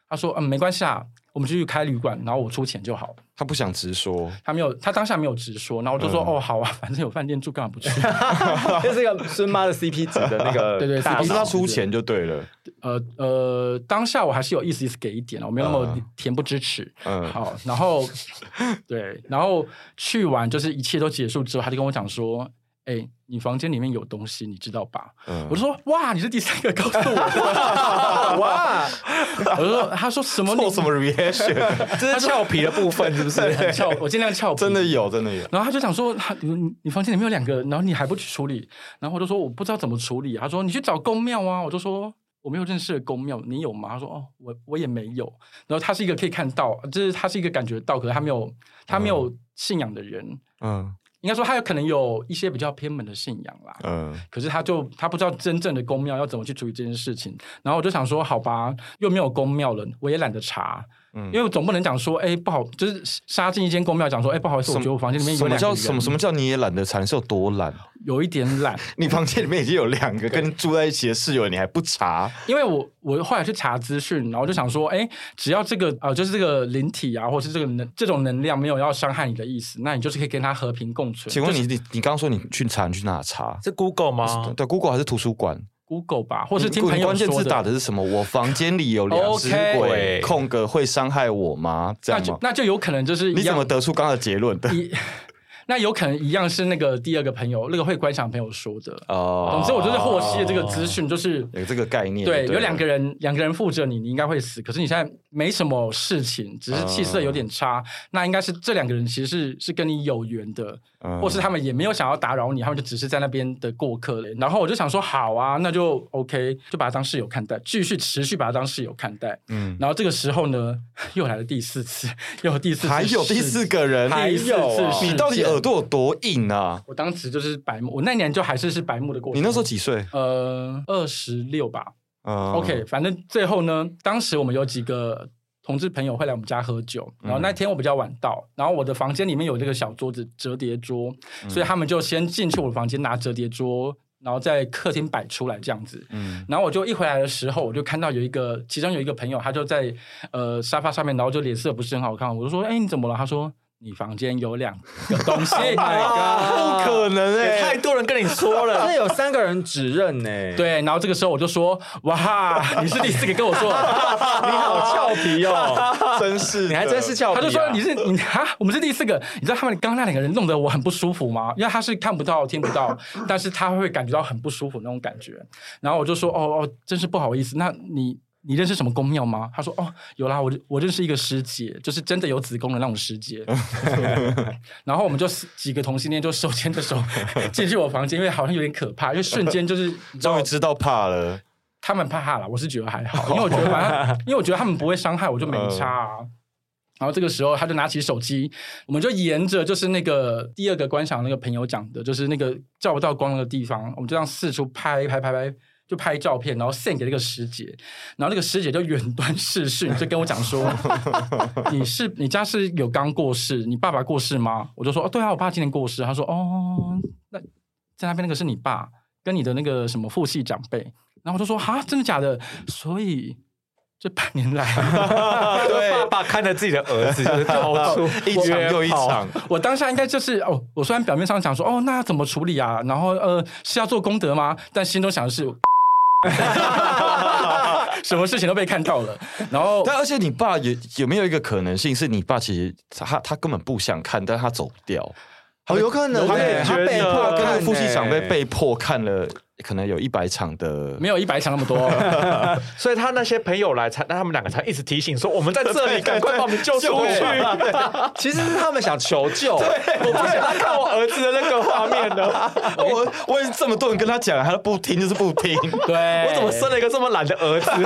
Speaker 1: 他说：“嗯，没关系啊，我们就去开旅馆，然后我出钱就好。
Speaker 2: 他不想直说，”
Speaker 1: 他没有，他当下没有直说，然后我就说：“
Speaker 2: 嗯
Speaker 1: 哦，好啊，反正有饭店住，干嘛不去？”
Speaker 4: 这是一个孙妈的 CP 值的那个
Speaker 1: 对对
Speaker 4: 大
Speaker 1: 啊
Speaker 2: 不
Speaker 1: 是
Speaker 2: 是
Speaker 1: 他
Speaker 2: 他
Speaker 4: 佬
Speaker 2: 出钱就对了。
Speaker 1: 呃呃，当下我还是有意思意思给一点啊，我没有那么恬不知耻。
Speaker 2: 嗯，
Speaker 1: 好，然后对，然后去完就是一切都结束之后，他就跟我讲说：“哎、你房间里面有东西，你知道吧？”
Speaker 2: 嗯
Speaker 1: 我就说：“哇，你是第三个告诉我的。”
Speaker 4: 哇，
Speaker 1: 我就说：“他说什么你？
Speaker 2: 做什么 reaction？
Speaker 3: 这是俏皮的部分，是不是？
Speaker 1: 很俏，我尽量俏皮。”
Speaker 2: 真的有，真的有。
Speaker 1: 然后他就想说，他你你房间里面有两个，然后你还不去处理，然后我就说我不知道怎么处理。他说你去找公庙啊，我就说我没有认识的公庙，你有吗？他说哦，我我也没有。然后他是一个可以看到，就是他是一个感觉到，可是他没有他没有信仰的人，
Speaker 2: 嗯
Speaker 1: 应该说他有可能有一些比较偏门的信仰啦。
Speaker 2: 嗯，
Speaker 1: 可是他就他不知道真正的公庙要怎么去处理这件事情，然后我就想说，好吧，又没有公庙了，我也懒得查，
Speaker 2: 嗯
Speaker 1: 因为我总不能讲说，哎，不好，就是杀进一间公庙，讲说，哎，不好意思，我觉得我房间里面有
Speaker 2: 什么
Speaker 1: 两个
Speaker 2: 叫
Speaker 1: 人
Speaker 2: 什么什么叫你也懒得缠？是有多懒？
Speaker 1: 有一点 懒，
Speaker 2: 你房间里面已经有 两个跟住在一起的室友，你还不查？
Speaker 1: 因为我我后来去查资讯，然后就想说，哎，只要这个呃，就是这个灵体啊，或是这个能这种能量没有要伤害你的意思，那你就是可以跟它和平共存。
Speaker 2: 请问你你你刚刚说你去查，你去哪查？
Speaker 3: 是 Google 吗？
Speaker 2: 对，Google 还是图书馆？
Speaker 1: Google 吧，啊或是
Speaker 2: 你
Speaker 1: 听朋友
Speaker 2: 关键
Speaker 1: 说
Speaker 2: 字打的是什么？我房间里有两只
Speaker 1: OK
Speaker 2: 鬼，空格会伤害我吗？这
Speaker 1: 那
Speaker 2: 样
Speaker 1: 就
Speaker 2: 吗？
Speaker 1: 那就有可能就是
Speaker 2: 你
Speaker 1: 一
Speaker 2: 怎
Speaker 1: 样
Speaker 2: 么得出刚刚的结论的？
Speaker 1: 一，那有可能一样是那个第二个朋友，那个会观想朋友说的。
Speaker 2: 哦
Speaker 1: 总之，我就是获悉了这个资讯，就是
Speaker 2: 有这个概念就
Speaker 1: 对，
Speaker 2: 对了
Speaker 1: 有两个人，两个人护着你，你应该会死。可是你现在没什么事情，只是气色有点
Speaker 2: 啊
Speaker 1: 差，那应该是这两个人其实是是跟你有缘的，
Speaker 2: 嗯
Speaker 1: 或是他们也没有想要打扰你，他们就只是在那边的过客嘞。然后我就想说，好啊，那就 OK，就把他当室友看待，继续持续把他当室友看待。
Speaker 2: 嗯，
Speaker 1: 然后这个时候呢， 又来了第四次， 又有第四次，
Speaker 2: 还有第四，个人，
Speaker 1: 嗯还有
Speaker 2: 第四次
Speaker 1: 事件
Speaker 2: 你到底耳朵有多硬啊？
Speaker 1: 我当时就是白目，我那年就还是是白目的过程。
Speaker 2: 你那时候几岁？
Speaker 1: 呃二十六吧、
Speaker 2: 嗯
Speaker 1: o k 反正最后呢，当时我们有几个。同志朋友会来我们家喝酒，
Speaker 4: 嗯
Speaker 1: 然后那天我比较晚到，然后我的房间里面有这个小桌子折叠桌，
Speaker 4: 嗯
Speaker 1: 所以他们就先进去我的房间拿折叠桌，然后在客厅摆出来这样子。
Speaker 2: 嗯
Speaker 1: 然后我就一回来的时候，我就看到有一个，其中有一个朋友，他就在呃沙发上面，然后就脸色不是很好看。我就说：“哎、你怎么了？”他说：“你房间有两个东 西。”
Speaker 4: 哇
Speaker 2: 不可能哎、
Speaker 3: 也太多人跟你 说 了，
Speaker 4: 这有三个人指认呢、，
Speaker 1: 对，然后这个时候我就说：“哇哈，你是第四个跟我说。”
Speaker 4: 你好俏皮哦，
Speaker 2: 真是
Speaker 4: 你还真是俏皮、
Speaker 1: 他
Speaker 4: 啊。
Speaker 1: 就说你是你哈，我们是第四个。你知道他们刚刚那两个人弄得我很不舒服吗？因为他是看不到、听不到，但是他会感觉到很不舒服那种感觉。然后我就说哦哦，真是不好意思。那你你认识什么宫庙吗？他说哦，有啦，我我认识一个师姐，就是真的有子宫的那种师姐。 然后我们就几个同性恋就手牵着手进去我房间，因为好像有点可怕，因为瞬间就是
Speaker 2: 终于知道怕了，
Speaker 1: 他们怕怕了，我是觉得还好，因为我觉得反正，因为我觉得他们不会伤害，我就没差啊。然后这个时候，他就拿起手机，我们就沿着就是那个第二个观赏那个朋友讲的，就是那个照不到光的地方，我们就这样四处拍拍拍拍，就拍照片，然后献给那个师姐。然后那个师姐就远端视讯，就跟我讲说：“你是你家是有刚过世，你爸爸过世吗？”我就说：“哦，对啊，我爸今年过世。”他说：“哦，那在那边那个是你爸跟你的那个什么父系长辈。”然后我就说：“哈，真的假的？”所以这半年来，
Speaker 3: 对，爸爸看着自己的儿子就是到处
Speaker 2: 啊 一场又一场，
Speaker 1: 我当下应该就是哦，我虽然表面上讲说哦，那要怎么处理啊？然后呃，是要做功德吗？但心中想的是， 什么事情都被看到了。然后
Speaker 2: 但而且你爸有有没有一个可能性是你爸其实他他根本不想看，但他走不掉，
Speaker 4: 好有可能
Speaker 2: 他
Speaker 4: 欸
Speaker 2: 被
Speaker 4: 他
Speaker 2: 他被
Speaker 4: 被
Speaker 2: 迫
Speaker 4: 迫
Speaker 2: 跟那个
Speaker 4: 看
Speaker 2: 夫妻长辈
Speaker 4: 欸
Speaker 2: 被迫看了，可能有一百场的
Speaker 1: 没有一百场那么多，
Speaker 3: 所以他那些朋友来才，那他们两个才一直提醒说，我们在这里，赶快把我们救出
Speaker 2: 对
Speaker 3: 去。
Speaker 4: 其实是他们想求救，
Speaker 3: 我不想看我儿子的那个画面的，
Speaker 2: 我我已经这么多人跟他讲了，他都不听就是不听。
Speaker 1: 对，
Speaker 3: 我怎么生了一个这么懒的儿 子？
Speaker 1: 反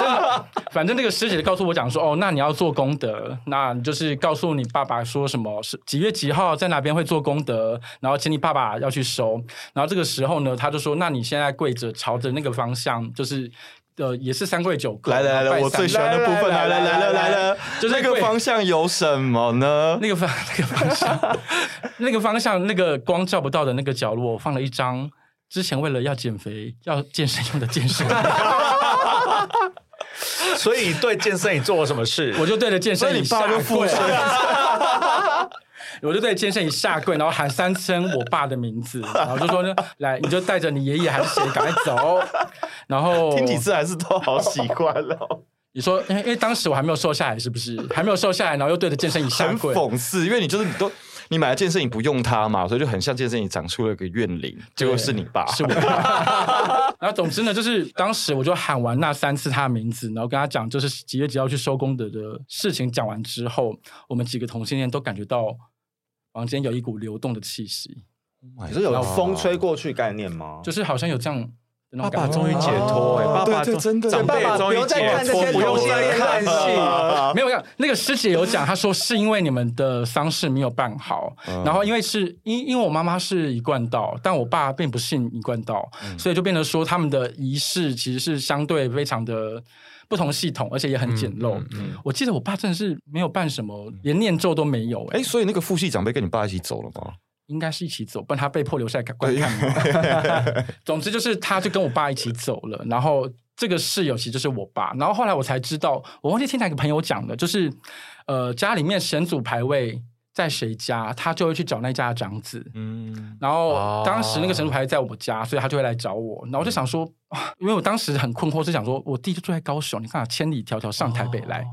Speaker 1: 正反正那个师姐就告诉我讲说，哦，那你要做功德，那你就是告诉你爸爸说什么是几月几号在哪边会做功德，然后请你爸爸要去收。然后这个时候呢，他就说，那你现在跪着朝着那个方向，就是。呃，也是三跪九叩。
Speaker 2: 来来
Speaker 1: 然后
Speaker 2: 来，
Speaker 1: 拜
Speaker 2: 我
Speaker 1: 三
Speaker 2: 最喜欢的部分来了来了来了，
Speaker 1: 就是
Speaker 2: 那个
Speaker 1: 贵
Speaker 2: 方向有什 么呢？
Speaker 1: 那个方那个方向，那个方向那个光照不到的那个角落，我放了一张之前为了要减肥要健身用的健 身，
Speaker 3: 所以对健身你做了什么事？
Speaker 1: 我就对着健
Speaker 2: 所
Speaker 1: 身
Speaker 2: 以
Speaker 1: 椅
Speaker 2: 你
Speaker 1: 下
Speaker 2: 爸就附
Speaker 1: 跪
Speaker 2: 身，，
Speaker 1: 我就对着健身椅下跪，然后喊三声我爸的名字，然后就说呢，来，你就带着你爷爷还是谁赶快走，然后
Speaker 2: 听几次还是都好哦习惯了，
Speaker 1: 你说，因为因为当时我还没有瘦下来，是不是？还没有瘦下来，然后又对着健身椅下
Speaker 2: 很
Speaker 1: 跪，
Speaker 2: 讽刺，因为你 就是你都你买了健身椅不用它嘛，所以就很像健身椅长出了个怨灵，结果是你爸，
Speaker 1: 是我。 然后总之呢，就是当时我就喊完那三次他的名字，然后跟他讲就是几月几号去收工的的事情。讲完之后，我们几个同性恋都感觉到房间有一股流动的气息，
Speaker 4: 可是有风吹过去概念吗？
Speaker 1: 就是好像有这样的那
Speaker 3: 爸
Speaker 1: 种感觉。
Speaker 3: 爸终于解脱哎，
Speaker 2: 哦
Speaker 3: 爸爸
Speaker 2: 对对真的
Speaker 3: 长辈
Speaker 4: 爸爸
Speaker 3: 终
Speaker 4: 不
Speaker 3: 于
Speaker 4: 用再
Speaker 3: 解
Speaker 4: 看这
Speaker 3: 脱，
Speaker 4: 些
Speaker 3: 不用
Speaker 4: 同性
Speaker 3: 再
Speaker 4: 恋
Speaker 3: 看
Speaker 4: 看戏。
Speaker 1: 哦没有，那个师姐有讲，她说是因为你们的丧事没有办好，
Speaker 3: 嗯
Speaker 1: 然后因为是因因为我妈妈是一贯道，但我爸并不信一贯道，
Speaker 3: 嗯
Speaker 1: 所以就变成说他们的仪式其实是相对非常的不同系统，而且也很简陋。
Speaker 3: 嗯
Speaker 1: 我记得我爸真的是没有办什么，连念咒都没有、哎、
Speaker 2: 哎，所以那个父系长辈跟你爸一起走了吗？
Speaker 1: 应该是一起走，不然他被迫留下来观看我。总之就是，他就跟我爸一起走了，然后这个室友其实就是我爸。然后后来我才知道，我忘记听哪个朋友讲的，就是呃，家里面神主牌位在谁家，他就会去找那家的长子。
Speaker 2: 嗯，
Speaker 1: 然后当时那个神主牌在我家，所以他就会来找我。然后我就想说，啊因为我当时很困惑，是想说我弟就住在高雄，你看他啊千里迢迢上台北来，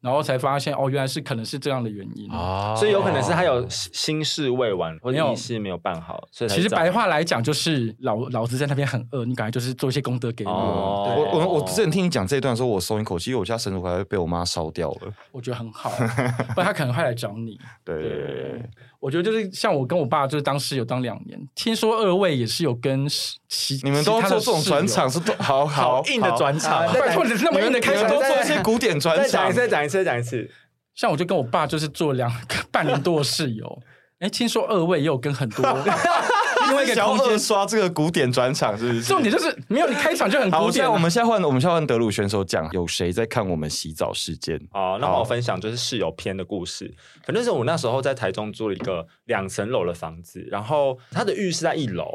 Speaker 1: 然后才发现哦，原来是可能是这样的原因。
Speaker 3: 哦
Speaker 4: 所以有可能是他有心事未完，或者仪式没有办好，所以才
Speaker 1: 其实
Speaker 4: 找
Speaker 1: 白话来讲就是老老子在那边很饿，你赶快就是做一些功德给我。
Speaker 4: 哦
Speaker 1: 对
Speaker 2: 我我我之前听你讲这一段的时候，我松一口气，因为我家神主牌被我妈烧掉了。
Speaker 1: 我觉得很好，啊不然他可能会来找你。
Speaker 2: 对 对对对。
Speaker 1: 我觉得就是像我跟我爸就是当室友当两年，听说二位也是有跟其
Speaker 2: 你们
Speaker 1: 其
Speaker 2: 都
Speaker 1: 他
Speaker 2: 做
Speaker 1: 的
Speaker 2: 这种转
Speaker 1: 室友
Speaker 2: 场是都好好
Speaker 3: 好硬的，转场
Speaker 4: 好，
Speaker 1: 拜托你那
Speaker 2: 你
Speaker 1: 么
Speaker 2: 们
Speaker 1: 硬的开
Speaker 2: 你
Speaker 1: 场
Speaker 2: 们都
Speaker 1: 都
Speaker 2: 做
Speaker 1: 做
Speaker 2: 一些古典转
Speaker 4: 再讲
Speaker 2: 场
Speaker 4: 一次，。再讲一次，再讲一次。
Speaker 1: 像我就跟我爸就是做两半年多的室友。哎，听说二位也有跟很多有另外 一个
Speaker 2: 想要
Speaker 1: 空间
Speaker 2: 二刷这个古典转场是不是？
Speaker 1: 重点就是没有你开场就很
Speaker 2: 好，
Speaker 1: 古
Speaker 2: 我现
Speaker 1: 典啊、
Speaker 2: 在我们现在换我们现在换德鲁选手讲，有谁在看我们洗澡事件？
Speaker 4: 哦，那
Speaker 2: 好
Speaker 4: 我分享就是室友篇的故事。反正是我那时候在台中租了一个两层楼的房子，然后它的浴室在一楼，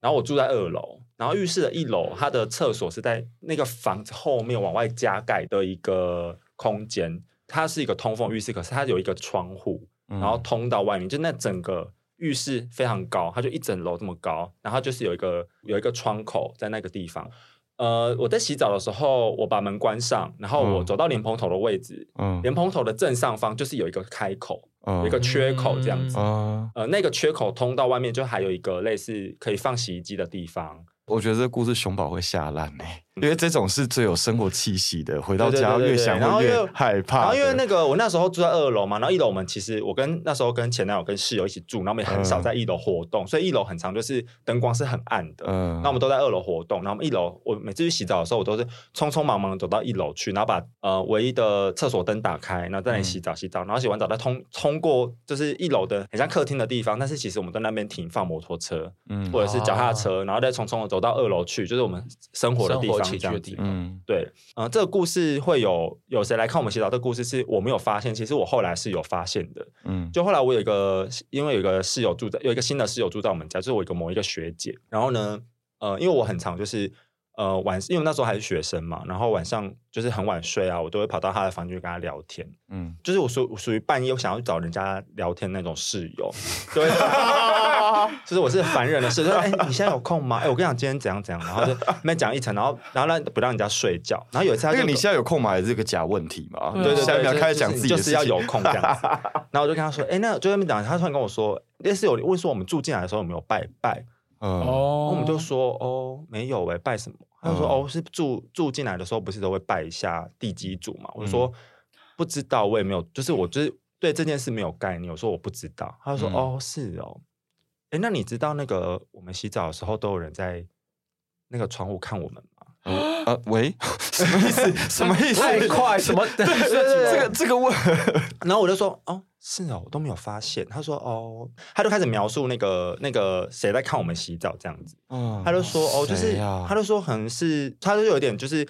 Speaker 4: 然后我住在二楼，然后浴室的一楼它的厕所是在那个房子后面往外加盖的一个空间，它是一个通风浴室，可是它有一个窗户，
Speaker 2: 嗯
Speaker 4: 然后通到外面，就那整个浴室非常高，它就一整楼这么高，然后就是有一个有一个窗口在那个地方。呃，我在洗澡的时候，我把门关上，然后我
Speaker 2: 嗯
Speaker 4: 走到莲蓬头的位置，
Speaker 2: 嗯
Speaker 4: 莲蓬头的正上方就是有一个开口，
Speaker 2: 嗯
Speaker 4: 有一个缺口这样子。
Speaker 2: 啊，
Speaker 4: 呃，那个缺口通到外面，就还有一个类似可以放洗衣机的地方。
Speaker 2: 我觉得这故事熊宝会吓烂呢，因为这种是最有生活气息的，回到
Speaker 4: 嗯对对
Speaker 2: 家
Speaker 4: 对对
Speaker 2: 越
Speaker 4: 对
Speaker 2: 想
Speaker 4: 然后
Speaker 2: 会越
Speaker 4: 又
Speaker 2: 害怕的。
Speaker 4: 然后因为那个我那时候住在二楼嘛，然后一楼我们其实我跟那时候跟前男友跟室友一起住，然后我们也很
Speaker 2: 嗯
Speaker 4: 少在一楼活动，所以一楼很长就是灯光是很暗的。
Speaker 2: 嗯，
Speaker 4: 那我们都在二楼活动，然后我们一楼，我每次去洗澡的时候，我都是匆匆忙忙地走到一楼去，然后把呃唯一的厕所灯打开，然后在那里
Speaker 3: 嗯
Speaker 4: 洗澡洗澡，然后洗完澡再通通过就是一楼的很像客厅的地方，但是其实我们在那边停放摩托车
Speaker 2: 嗯
Speaker 4: 或者是脚踏车，然后再匆匆的走到二楼去，就是我们生活的地
Speaker 3: 哦生活
Speaker 4: 方
Speaker 3: 起居
Speaker 4: 这
Speaker 3: 的
Speaker 4: 样
Speaker 3: 地
Speaker 4: 子
Speaker 3: 方。
Speaker 2: 嗯
Speaker 4: 对，嗯、这个故事会有有谁来看我们洗澡？这个故事是我没有发现，其实我后来是有发现的。
Speaker 2: 嗯
Speaker 4: 就后来我有一个，因为有一个室友住在，有一个新的室友住在我们家，就是我一个某一个学姐。然后呢，呃，因为我很常就是呃晚，因为那时候还是学生嘛，然后晚上就是很晚睡啊，我都会跑到她的房间去跟她聊天。
Speaker 2: 嗯，
Speaker 4: 就是我属我属于半夜我想要找人家聊天那种室友， 对，就是我是烦人的事，就是哎、你现在有空吗？哎、我跟你讲今天怎样怎样，然后就那边讲一层，然后然后让不让人家睡觉，然后有一次他
Speaker 2: 那
Speaker 4: 就
Speaker 2: 个你现在有空吗？也是个假问题嘛。
Speaker 1: 对
Speaker 4: 对对
Speaker 2: 下一
Speaker 4: 对，
Speaker 2: 秒
Speaker 4: 就
Speaker 2: 开始讲
Speaker 4: 就是
Speaker 2: 自己
Speaker 4: 就
Speaker 2: 的
Speaker 4: 是
Speaker 2: 事
Speaker 4: 要
Speaker 2: 情
Speaker 4: 有空这样子。 然后我就跟他说，哎、那就在那边讲，他突然跟我说，那是有问说我们住进来的时候有没有拜拜，
Speaker 2: 嗯
Speaker 4: 然
Speaker 1: 哦
Speaker 4: 后我们就说哦没有哎、拜什么？他就说、
Speaker 2: 嗯
Speaker 4: 哦是住住进来的时候不是都会拜一下地基主嘛？我就说、不知道，我也没有，就是我就是对这件事没有概念，我说我不知道。他就说、
Speaker 2: 嗯
Speaker 4: 哦是哦，哎、那你知道那个我们洗澡的时候都有人在那个窗户看我们 吗？
Speaker 2: 嗯啊喂， 什么意 思？什么意思？
Speaker 3: 太快什 么？
Speaker 2: 这个这个 问，
Speaker 4: 然后我就说，哦，是哦，我都没有发现。他说，哦，他就开始描述那个那个谁在看我们洗澡这样子。他就说，哦，就是，
Speaker 2: 嗯谁啊
Speaker 4: 他就说，可能是，他就有点就是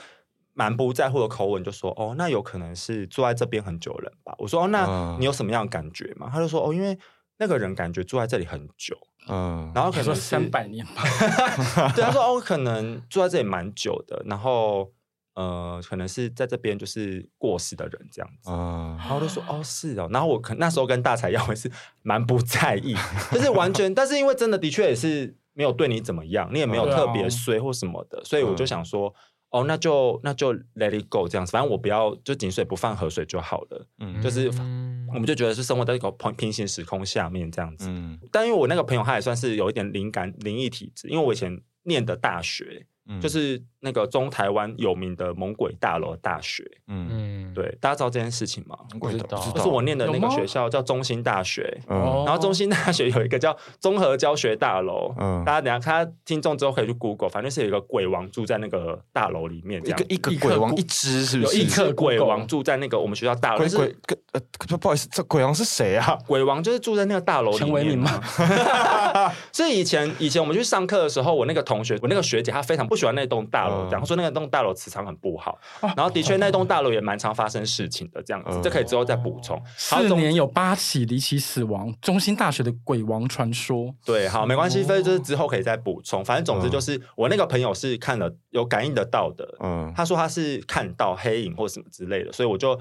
Speaker 4: 蛮不在乎的口吻，就说，哦，那有可能是住在这边很久的人吧。我说，哦，那
Speaker 2: 嗯
Speaker 4: 你有什么样的感觉吗？他就说，哦，因为那个人感觉住在这里很久，
Speaker 2: 嗯，
Speaker 4: 然后可
Speaker 1: 你说
Speaker 4: 能是
Speaker 1: 三百年吧，
Speaker 4: 对，他说哦，可能住在这里蛮久的，然后呃，可能是在这边就是过世的人这样子。
Speaker 2: 嗯
Speaker 4: 然后我就说哦是哦，然后我可那时候跟大财要也是蛮不在意，就是完全，但是因为真的的确也是没有对你怎么样，你也没有
Speaker 1: 对啊
Speaker 4: 特别衰或什么的，所以我就想说哦那就那就 let it go 这样子，反正我不要就井水不犯河水就好了，
Speaker 2: 嗯
Speaker 4: 就是
Speaker 3: 嗯
Speaker 4: 我们就觉得是生活在一个平平行时空下面这样子，
Speaker 2: 嗯
Speaker 4: 但因为我那个朋友他也算是有一点灵感灵异体质，因为我以前念的大学、
Speaker 2: 嗯
Speaker 4: 就是那个中台湾有名的猛鬼大楼大学，
Speaker 2: 嗯，
Speaker 3: 嗯，
Speaker 4: 对，大家知道这件事情吗？
Speaker 2: 不嗯
Speaker 3: 不知道
Speaker 4: 就是我念的那
Speaker 1: 哦有
Speaker 4: 个
Speaker 1: 吗
Speaker 4: 学校叫中兴大学。
Speaker 1: 哦
Speaker 4: 然后中兴大学有一个叫综合教学大楼，
Speaker 2: 嗯
Speaker 4: 大家等一下他听众之后可以去 Google，反正是有一个鬼王住在那个大楼里面，这
Speaker 2: 一
Speaker 4: 样
Speaker 2: 个一个鬼王一只是不
Speaker 4: 有
Speaker 2: 是？
Speaker 4: 一个鬼
Speaker 1: Google
Speaker 4: 王住在那个我们学校大楼，
Speaker 2: 鬼
Speaker 4: 但是
Speaker 2: 鬼呃，不好意思，这鬼王是谁啊？
Speaker 4: 鬼王就是住在那个大楼里面、啊。
Speaker 1: 陈为民吗？
Speaker 4: 所以以前以前我们去上课的时候，我那个同学，我那个学姐，她非常不喜欢那栋大楼，
Speaker 2: 嗯
Speaker 4: 这样她说那栋大楼磁场很不好。
Speaker 1: 哦
Speaker 4: 然后的确那栋大楼也蛮常发生事情的，这样子
Speaker 2: 嗯，
Speaker 4: 这可以之后再补充。好
Speaker 1: 四
Speaker 4: 总
Speaker 1: 年有八起离奇死亡，中心大学的鬼王传说。
Speaker 4: 对，好，没
Speaker 1: 哦
Speaker 4: 关系，所以就是之后可以再补充。反正总之就是我那个朋友是看了有感应得到的，
Speaker 2: 嗯
Speaker 4: 他说他是看到黑影或什么之类的，所以我就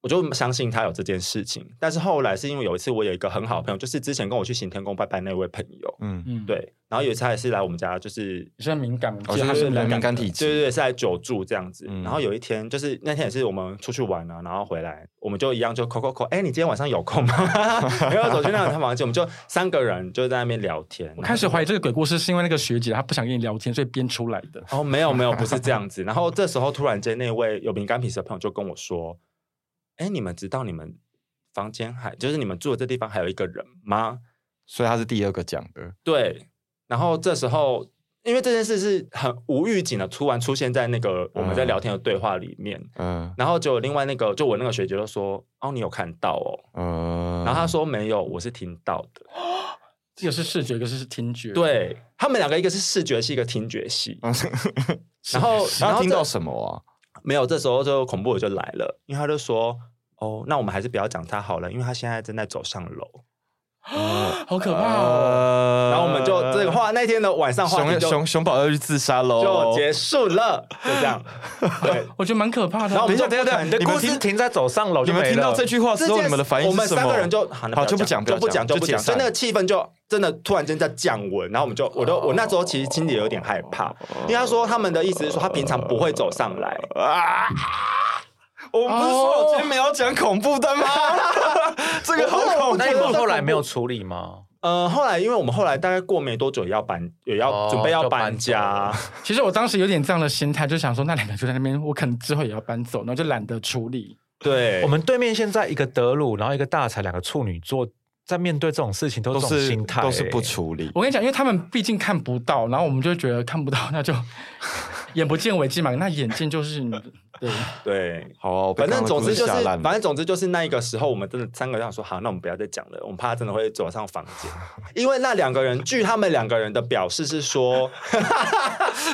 Speaker 4: 我就相信他有这件事情。但是后来是因为有一次我有一个很好的朋友，就是之前跟我去行天宫拜拜那位朋友，
Speaker 2: 嗯
Speaker 1: 嗯，，
Speaker 4: 对，然后有一次他也是来我们家，就是
Speaker 1: 你现在敏感，
Speaker 2: 哦他是
Speaker 4: 来
Speaker 2: 敏感体质
Speaker 4: 对对对，是来久住这样子。
Speaker 2: 嗯
Speaker 4: 然后有一天，就是那天也是我们出去玩啊，然后回来，我们就一样就扣扣扣，哎，你今天晚上有空吗？ 然后走去那个他房间，我们就三个人就在那边聊天。
Speaker 1: 我开始怀疑这个鬼故事是因为那个学姐她不想跟你聊天，所以编出来的。
Speaker 4: 哦，没有没有，不是这样子。然后这时候突然间，那位有敏感体质的朋友就跟我说：“哎，你们知道你们房间还就是你们住的这地方还有一个人吗？”
Speaker 2: 所以他是第二个讲的。
Speaker 4: 对，然后这时候，因为这件事是很无预警的，突然出现在那个我们在聊天的对话里面，
Speaker 2: 嗯
Speaker 4: 然后就另外那个就我那个学姐就说：“哦，你有看到哦。”
Speaker 2: 嗯，
Speaker 4: 然后她说：“没有，我是听到的。”
Speaker 1: 一个是视觉，一个是听觉。，
Speaker 4: 对他们两个，一个是视觉系，一个听觉系。然后，然
Speaker 2: 他
Speaker 4: 后
Speaker 2: 听
Speaker 4: 这
Speaker 2: 到什么啊？
Speaker 4: 没有，这时候就恐怖的就来了，因为他就说：“哦，那我们还是不要讲他好了，因为他现在正在走上楼。
Speaker 1: 好可怕哦！
Speaker 2: 呃
Speaker 4: 然后我们就这个话，那天的晚上话题
Speaker 2: 熊
Speaker 4: 就
Speaker 2: 熊哦熊宝要去自杀喽！
Speaker 4: 就结束了，就这 样。对，
Speaker 1: 我觉得蛮可怕的。
Speaker 4: 然后我们
Speaker 2: 等一下，等
Speaker 4: 就
Speaker 2: 一下，等一
Speaker 3: 啊你
Speaker 2: 下，
Speaker 3: 的
Speaker 2: 你
Speaker 3: 故
Speaker 2: 们听
Speaker 3: 事停在走上楼
Speaker 2: 你
Speaker 3: 就
Speaker 2: 们
Speaker 3: 没
Speaker 2: 听到
Speaker 3: 了
Speaker 2: 这。句话之后，
Speaker 4: 这件
Speaker 2: 你们的反应
Speaker 4: 我
Speaker 2: 是
Speaker 4: 们
Speaker 2: 什
Speaker 4: 三
Speaker 2: 么
Speaker 4: 个人？就好，那
Speaker 2: 好就不
Speaker 4: 不要
Speaker 2: 讲
Speaker 4: 就
Speaker 2: 不
Speaker 4: 不
Speaker 2: 要讲
Speaker 4: 就
Speaker 2: 就
Speaker 4: 不
Speaker 2: 解
Speaker 4: 讲，所以
Speaker 2: 散
Speaker 4: 那个气氛就真的突然间在降温。然后我们就，我就，我那时候其实心里有点害怕，因为他说他们的意思是说他平常不会走上来，
Speaker 2: 啊！我不是说我今天没有讲恐怖 的吗？这个好恐怖
Speaker 3: 那你们后来没有处理吗？
Speaker 4: 呃，后来因为我们后来大概过没多久也要搬，也要
Speaker 3: 哦
Speaker 4: 准备要
Speaker 3: 就搬
Speaker 4: 搬家，
Speaker 1: 其实我当时有点这样的心态，就想说那两个就在那边，我可能之后也要搬走，然后就懒得处理。
Speaker 4: 对，
Speaker 3: 我们对面现在一个德鲁，然后一个大才，两个处女座，在面对这种事情都
Speaker 2: 都
Speaker 3: 是这种
Speaker 2: 是
Speaker 3: 心态、
Speaker 2: 都是不。处理。
Speaker 1: 我跟你讲，因为他们毕竟看不到，然后我们就觉得看不到，那就 眼不见为净嘛。那眼睛就是你的，对，
Speaker 4: 对。
Speaker 2: 好，啊被刚
Speaker 4: 反正
Speaker 2: 刚
Speaker 4: 总
Speaker 2: 故
Speaker 4: 之
Speaker 2: 事
Speaker 4: 就是，
Speaker 2: 吓烂了
Speaker 4: 反正总之就是那一个时候，我们真的三个人说好，那我们不要再讲了，我们怕他真的会走上房间，因为那两个人，据他们两个人的表示是说，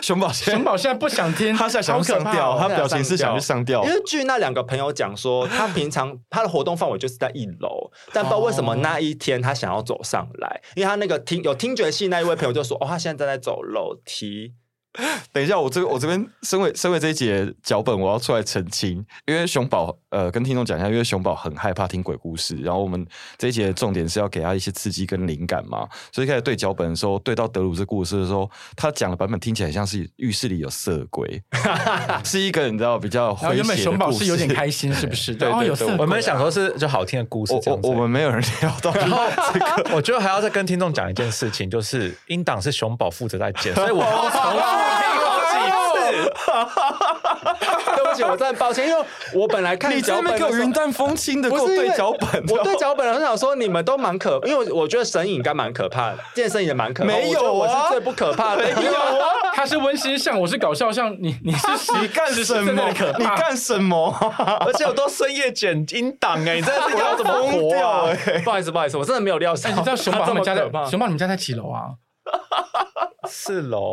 Speaker 2: 熊宝先
Speaker 1: 熊宝现在不想听，
Speaker 2: 他现在想
Speaker 1: 好
Speaker 2: 要
Speaker 1: 可
Speaker 2: 上
Speaker 1: 怕
Speaker 2: 吊，
Speaker 1: 哦
Speaker 2: 他表情是想去上吊
Speaker 4: 因。为据那两个朋友讲说，他平常他的活动范围就是在一楼，但不知道为什么那一天他想要走上来，因为他那个听有听觉系那一位朋友就说，哦，他现在正在走楼梯，
Speaker 2: 等一下，我这我这边身为身为这一节脚本，我要出来澄清，因为熊宝呃跟听众讲一下，因为熊宝很害怕听鬼故事，然后我们这一节的重点是要给他一些刺激跟灵感嘛，所以一开始对脚本的时候，对到德鲁这故事的时候，他讲的版本听起来像是浴室里有色鬼，是一个你知道比较
Speaker 1: 然后
Speaker 2: 诙
Speaker 1: 原本
Speaker 2: 谐的
Speaker 1: 熊宝
Speaker 2: 故
Speaker 1: 是
Speaker 2: 事。
Speaker 1: 有点开心，是不 是？
Speaker 2: 对对
Speaker 1: 哦，
Speaker 2: 对
Speaker 1: 有色
Speaker 2: 对
Speaker 1: 鬼
Speaker 3: 我们想说是就好听的故事
Speaker 2: 我
Speaker 3: 这样子
Speaker 2: 我我们没有人聊到，
Speaker 3: 然后我觉得还要再跟听众讲一件事情，就是音档是熊宝负责在 剪，所以我要重复 听好几次。
Speaker 4: 对不起，我真的很抱歉，因为我本来看
Speaker 2: 你
Speaker 4: 脚
Speaker 2: 这
Speaker 4: 本
Speaker 2: 边给
Speaker 4: 的时 候
Speaker 2: 我云淡风轻的给
Speaker 4: 不
Speaker 2: 我
Speaker 4: 是因为
Speaker 2: 对脚本，
Speaker 4: 我对脚本很想说你们都蛮可，因为我觉得神隐应该蛮可怕的，健身也蛮可怕，
Speaker 2: 没有啊
Speaker 4: 我觉得我是最不可怕的， 没有啊，
Speaker 1: 他是温馨像，我是搞笑像，你你是
Speaker 2: 你干
Speaker 1: 实实
Speaker 2: 什
Speaker 1: 在
Speaker 2: 么
Speaker 1: 在的可？
Speaker 2: 你
Speaker 1: 怕
Speaker 2: 干什么？
Speaker 3: 而且我都深夜剪音档哎、你 这我要怎么
Speaker 2: 疯
Speaker 3: 活
Speaker 2: 掉
Speaker 3: 啊
Speaker 2: 哎？！
Speaker 4: 不好意思，不好意思，我真的没有料
Speaker 1: 哎
Speaker 4: 想，
Speaker 1: 你知道熊宝
Speaker 4: 这
Speaker 1: 他
Speaker 4: 么
Speaker 1: 们家在
Speaker 4: 可怕
Speaker 1: 熊宝你们家在几楼啊？
Speaker 3: 四楼，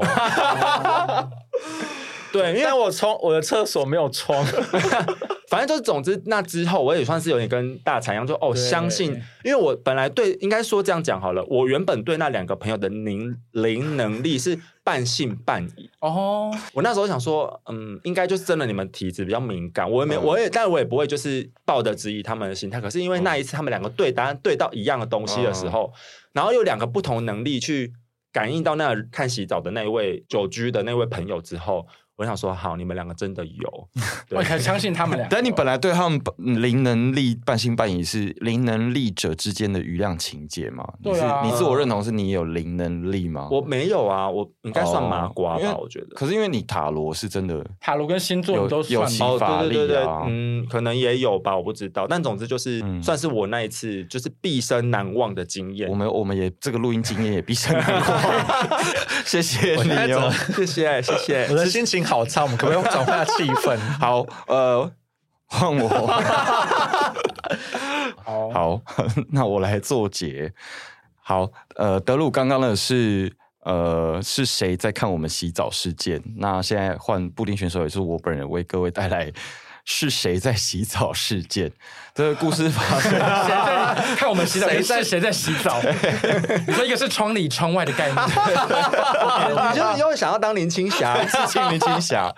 Speaker 4: 对，因为
Speaker 3: 因为我窗我的厕所没 有窗，
Speaker 4: 反正就是，总之那之后，我也算是有点跟大财一样，就哦，
Speaker 1: 对
Speaker 4: 相信，因为我本来对，应该说这样讲好了，我原本对那两个朋友的灵灵能力是半信半疑。
Speaker 1: 哦，
Speaker 4: 我那时候想说，嗯，应该就是真的你们体质比较敏感，我也没，我也，但我也不会就是抱着质疑他们的心态。可是因为那一次他们两个对答案对到一样的东西的时候，然后有两个不同能力去感应到那看洗澡的那一位久居的那位朋友之后，我想说，好，你们两个真的有，对
Speaker 1: 我很相信他们俩。
Speaker 2: 但你本来对他们嗯灵能力半信半疑是灵能力者之间的余量情节嘛？你
Speaker 1: 对
Speaker 2: 是
Speaker 1: 啊
Speaker 2: 你自我认同是你有灵能力吗？
Speaker 4: 我没有啊，我应该算麻
Speaker 2: 哦
Speaker 4: 瓜
Speaker 2: 因
Speaker 4: 吧，
Speaker 2: 为
Speaker 4: 我觉得。
Speaker 2: 可是因为你塔罗是真的，
Speaker 1: 塔罗跟星座
Speaker 2: 有
Speaker 1: 你都算
Speaker 2: 有
Speaker 1: 吗
Speaker 2: 情
Speaker 4: 哦，对对对
Speaker 2: 法
Speaker 4: 对
Speaker 2: 力啊，
Speaker 4: 嗯，可能也有吧，我不知道。但总之就是，
Speaker 2: 嗯
Speaker 4: 算是我那一次就是毕生难忘的经验
Speaker 2: 我。们我们也这个录音经验也必胜难 忘。谢谢
Speaker 3: 我现在
Speaker 2: 你
Speaker 3: 怎
Speaker 2: 哦
Speaker 3: 么。
Speaker 4: 谢谢谢谢
Speaker 3: 我的心情好差，我们可不可以转换下气氛？
Speaker 2: 好，呃，换我。
Speaker 1: 好，
Speaker 2: 好， 那我来作结。好，呃，德鲁刚刚的是呃是谁在看我们洗澡事件？那现在换布丁选手，也是我本人为各位带来是谁在洗澡事件。这个故事发生
Speaker 1: 谁 在看我们洗澡？
Speaker 3: 谁
Speaker 1: 谁
Speaker 3: 在
Speaker 1: 在谁在洗澡？你说一个是窗里窗外的概念，
Speaker 4: 你就是又想要当林青霞，
Speaker 2: 是青林青霞。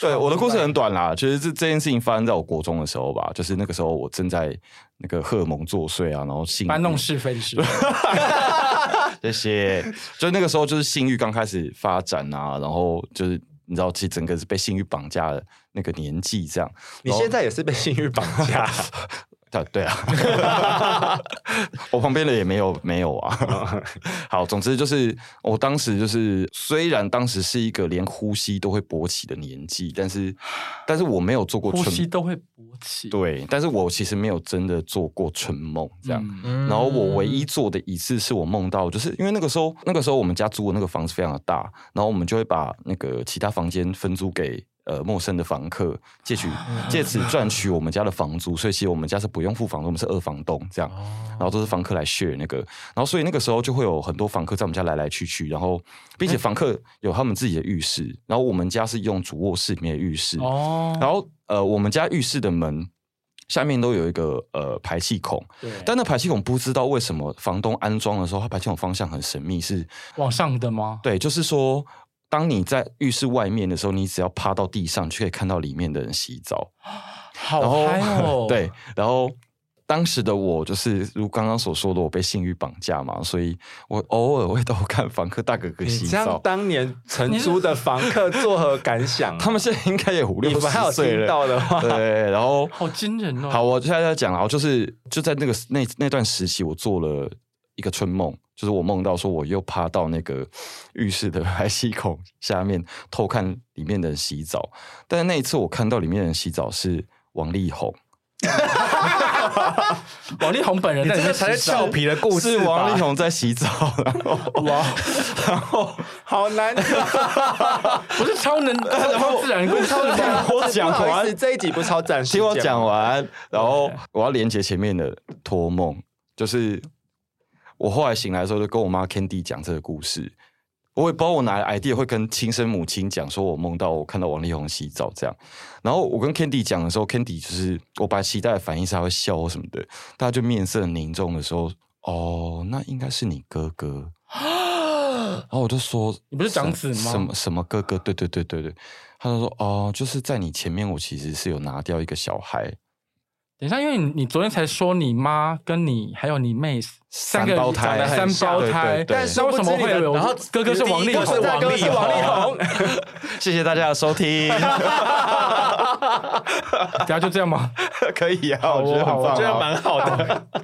Speaker 2: 对，我的故事很短啦，就是这这件事情发生在我国中的时候吧，就是那个时候我正在那个荷尔蒙作祟啊，然后性
Speaker 1: 搬弄是非的事。
Speaker 2: 这些，所以那个时候就是性欲刚开始发展啊，然后就是你知道，其实整个是被性欲绑架的那个年纪，这样。
Speaker 4: 你现在也是被性欲绑
Speaker 2: 哦
Speaker 4: 架，
Speaker 2: 对对啊， 我旁边的也没有没有
Speaker 1: 哦
Speaker 2: 啊。 好，总之就是我当时就是，虽然当时是一个连呼吸都会勃起的年纪，但是但是我没有做过
Speaker 1: 呼吸
Speaker 2: 春
Speaker 1: 都会勃起。
Speaker 2: 对，但是我其实没有真的做过春梦这样。
Speaker 1: 嗯，
Speaker 3: 然
Speaker 2: 然后我唯一做的一次是我梦到，就是因为那个时候，那个时候我们家租的那个房子非常的大，然后我们就会把那个其他房间分租给呃陌生的房客，借取
Speaker 1: 啊
Speaker 2: 借此赚取我们家的房租，所以其实我们家是不用付房租，我们是二房东这样。
Speaker 1: 哦
Speaker 2: 然后都是房客来 share 那个，然后所以那个时候就会有很多房客在我们家来来去去，然后并且房客有他们自己的浴室，然后我们家是用主卧室里面的浴室，
Speaker 1: 哦，
Speaker 2: 然后呃我们家浴室的门下面都有一个呃排气孔，
Speaker 4: 对，
Speaker 3: 嗯
Speaker 2: 但那排气孔不知道为什么房东安装的时候，它排气孔方向很神秘，是
Speaker 1: 往上的吗？
Speaker 2: 对，就是说。当你在浴室外面的时候，你只要趴到地上，就可以看到里面的人洗澡。
Speaker 1: 好
Speaker 2: 然后！
Speaker 1: 嗨哦
Speaker 2: 对，然后当时的我就是如刚刚所说的，我被性欲绑架嘛，所以我偶尔会偷看房客大哥哥
Speaker 4: 你
Speaker 2: 洗
Speaker 4: 这样
Speaker 2: 澡。
Speaker 4: 当 年承租的房客作何感想啊？
Speaker 2: 他们现在应该也五
Speaker 4: 你
Speaker 2: 六
Speaker 4: 们还有
Speaker 2: 十岁
Speaker 4: 听
Speaker 2: 了，
Speaker 4: 到的话，
Speaker 2: 对，然后
Speaker 1: 好惊人
Speaker 3: 嗯
Speaker 1: 哦！
Speaker 2: 好，，我现在在讲啊，就是就在那个那那段时期，我做了一个春梦，就是我梦到说我又趴到那个浴室的排气孔下面偷看里面的人洗澡，但是那一次我看到里面的人洗澡是王力宏。
Speaker 1: 王力宏本人
Speaker 3: 你
Speaker 1: 在里
Speaker 3: 这个
Speaker 1: 面
Speaker 3: 才是
Speaker 1: 洗澡
Speaker 3: 俏皮的故事
Speaker 2: 是
Speaker 3: 吧，
Speaker 2: 王力宏在洗 澡，然后哇，然后
Speaker 4: 好难听啊。
Speaker 1: 不是超能，然后自然故 事吗？
Speaker 2: 我讲
Speaker 4: 不好意
Speaker 2: 完
Speaker 4: 啊思，这一集不超战士，
Speaker 2: 听我讲。完，然后我要连接前面的托梦，就是我后来醒来的时候，就跟我妈 Candy 讲这个故事。我也不知道我哪来 idea 会跟亲生母亲讲，说我梦到我看到王力宏洗澡这样。然后我跟 Candy 讲的时候，Candy 就是我把期待的反应是他会笑或什么的，大家就面色凝重的时候，哦，那应该是你哥 哥。然后我就说，
Speaker 1: 你不是长子吗
Speaker 2: 什么什么哥哥？对对对对对。他就说，哦，就是在你前面，我其实是有拿掉一个小孩，
Speaker 1: 等一下，因为你你昨天才说你妈跟你还有你妹三个
Speaker 2: 胞
Speaker 1: 长
Speaker 2: 胎
Speaker 1: 得三胞胎，
Speaker 2: 对对对但
Speaker 4: 是
Speaker 1: 那为什么会有？
Speaker 4: 然后
Speaker 1: 哥哥是王力
Speaker 4: 哥
Speaker 1: 宏，
Speaker 4: 是王力
Speaker 1: 是王力宏，
Speaker 4: 宏，
Speaker 2: 谢谢大家的收 听，
Speaker 1: 等一下就这样吗？
Speaker 2: 可以啊，我觉得很
Speaker 1: 好哦
Speaker 2: 棒、
Speaker 3: 我
Speaker 2: 啊，
Speaker 3: 觉得蛮好的。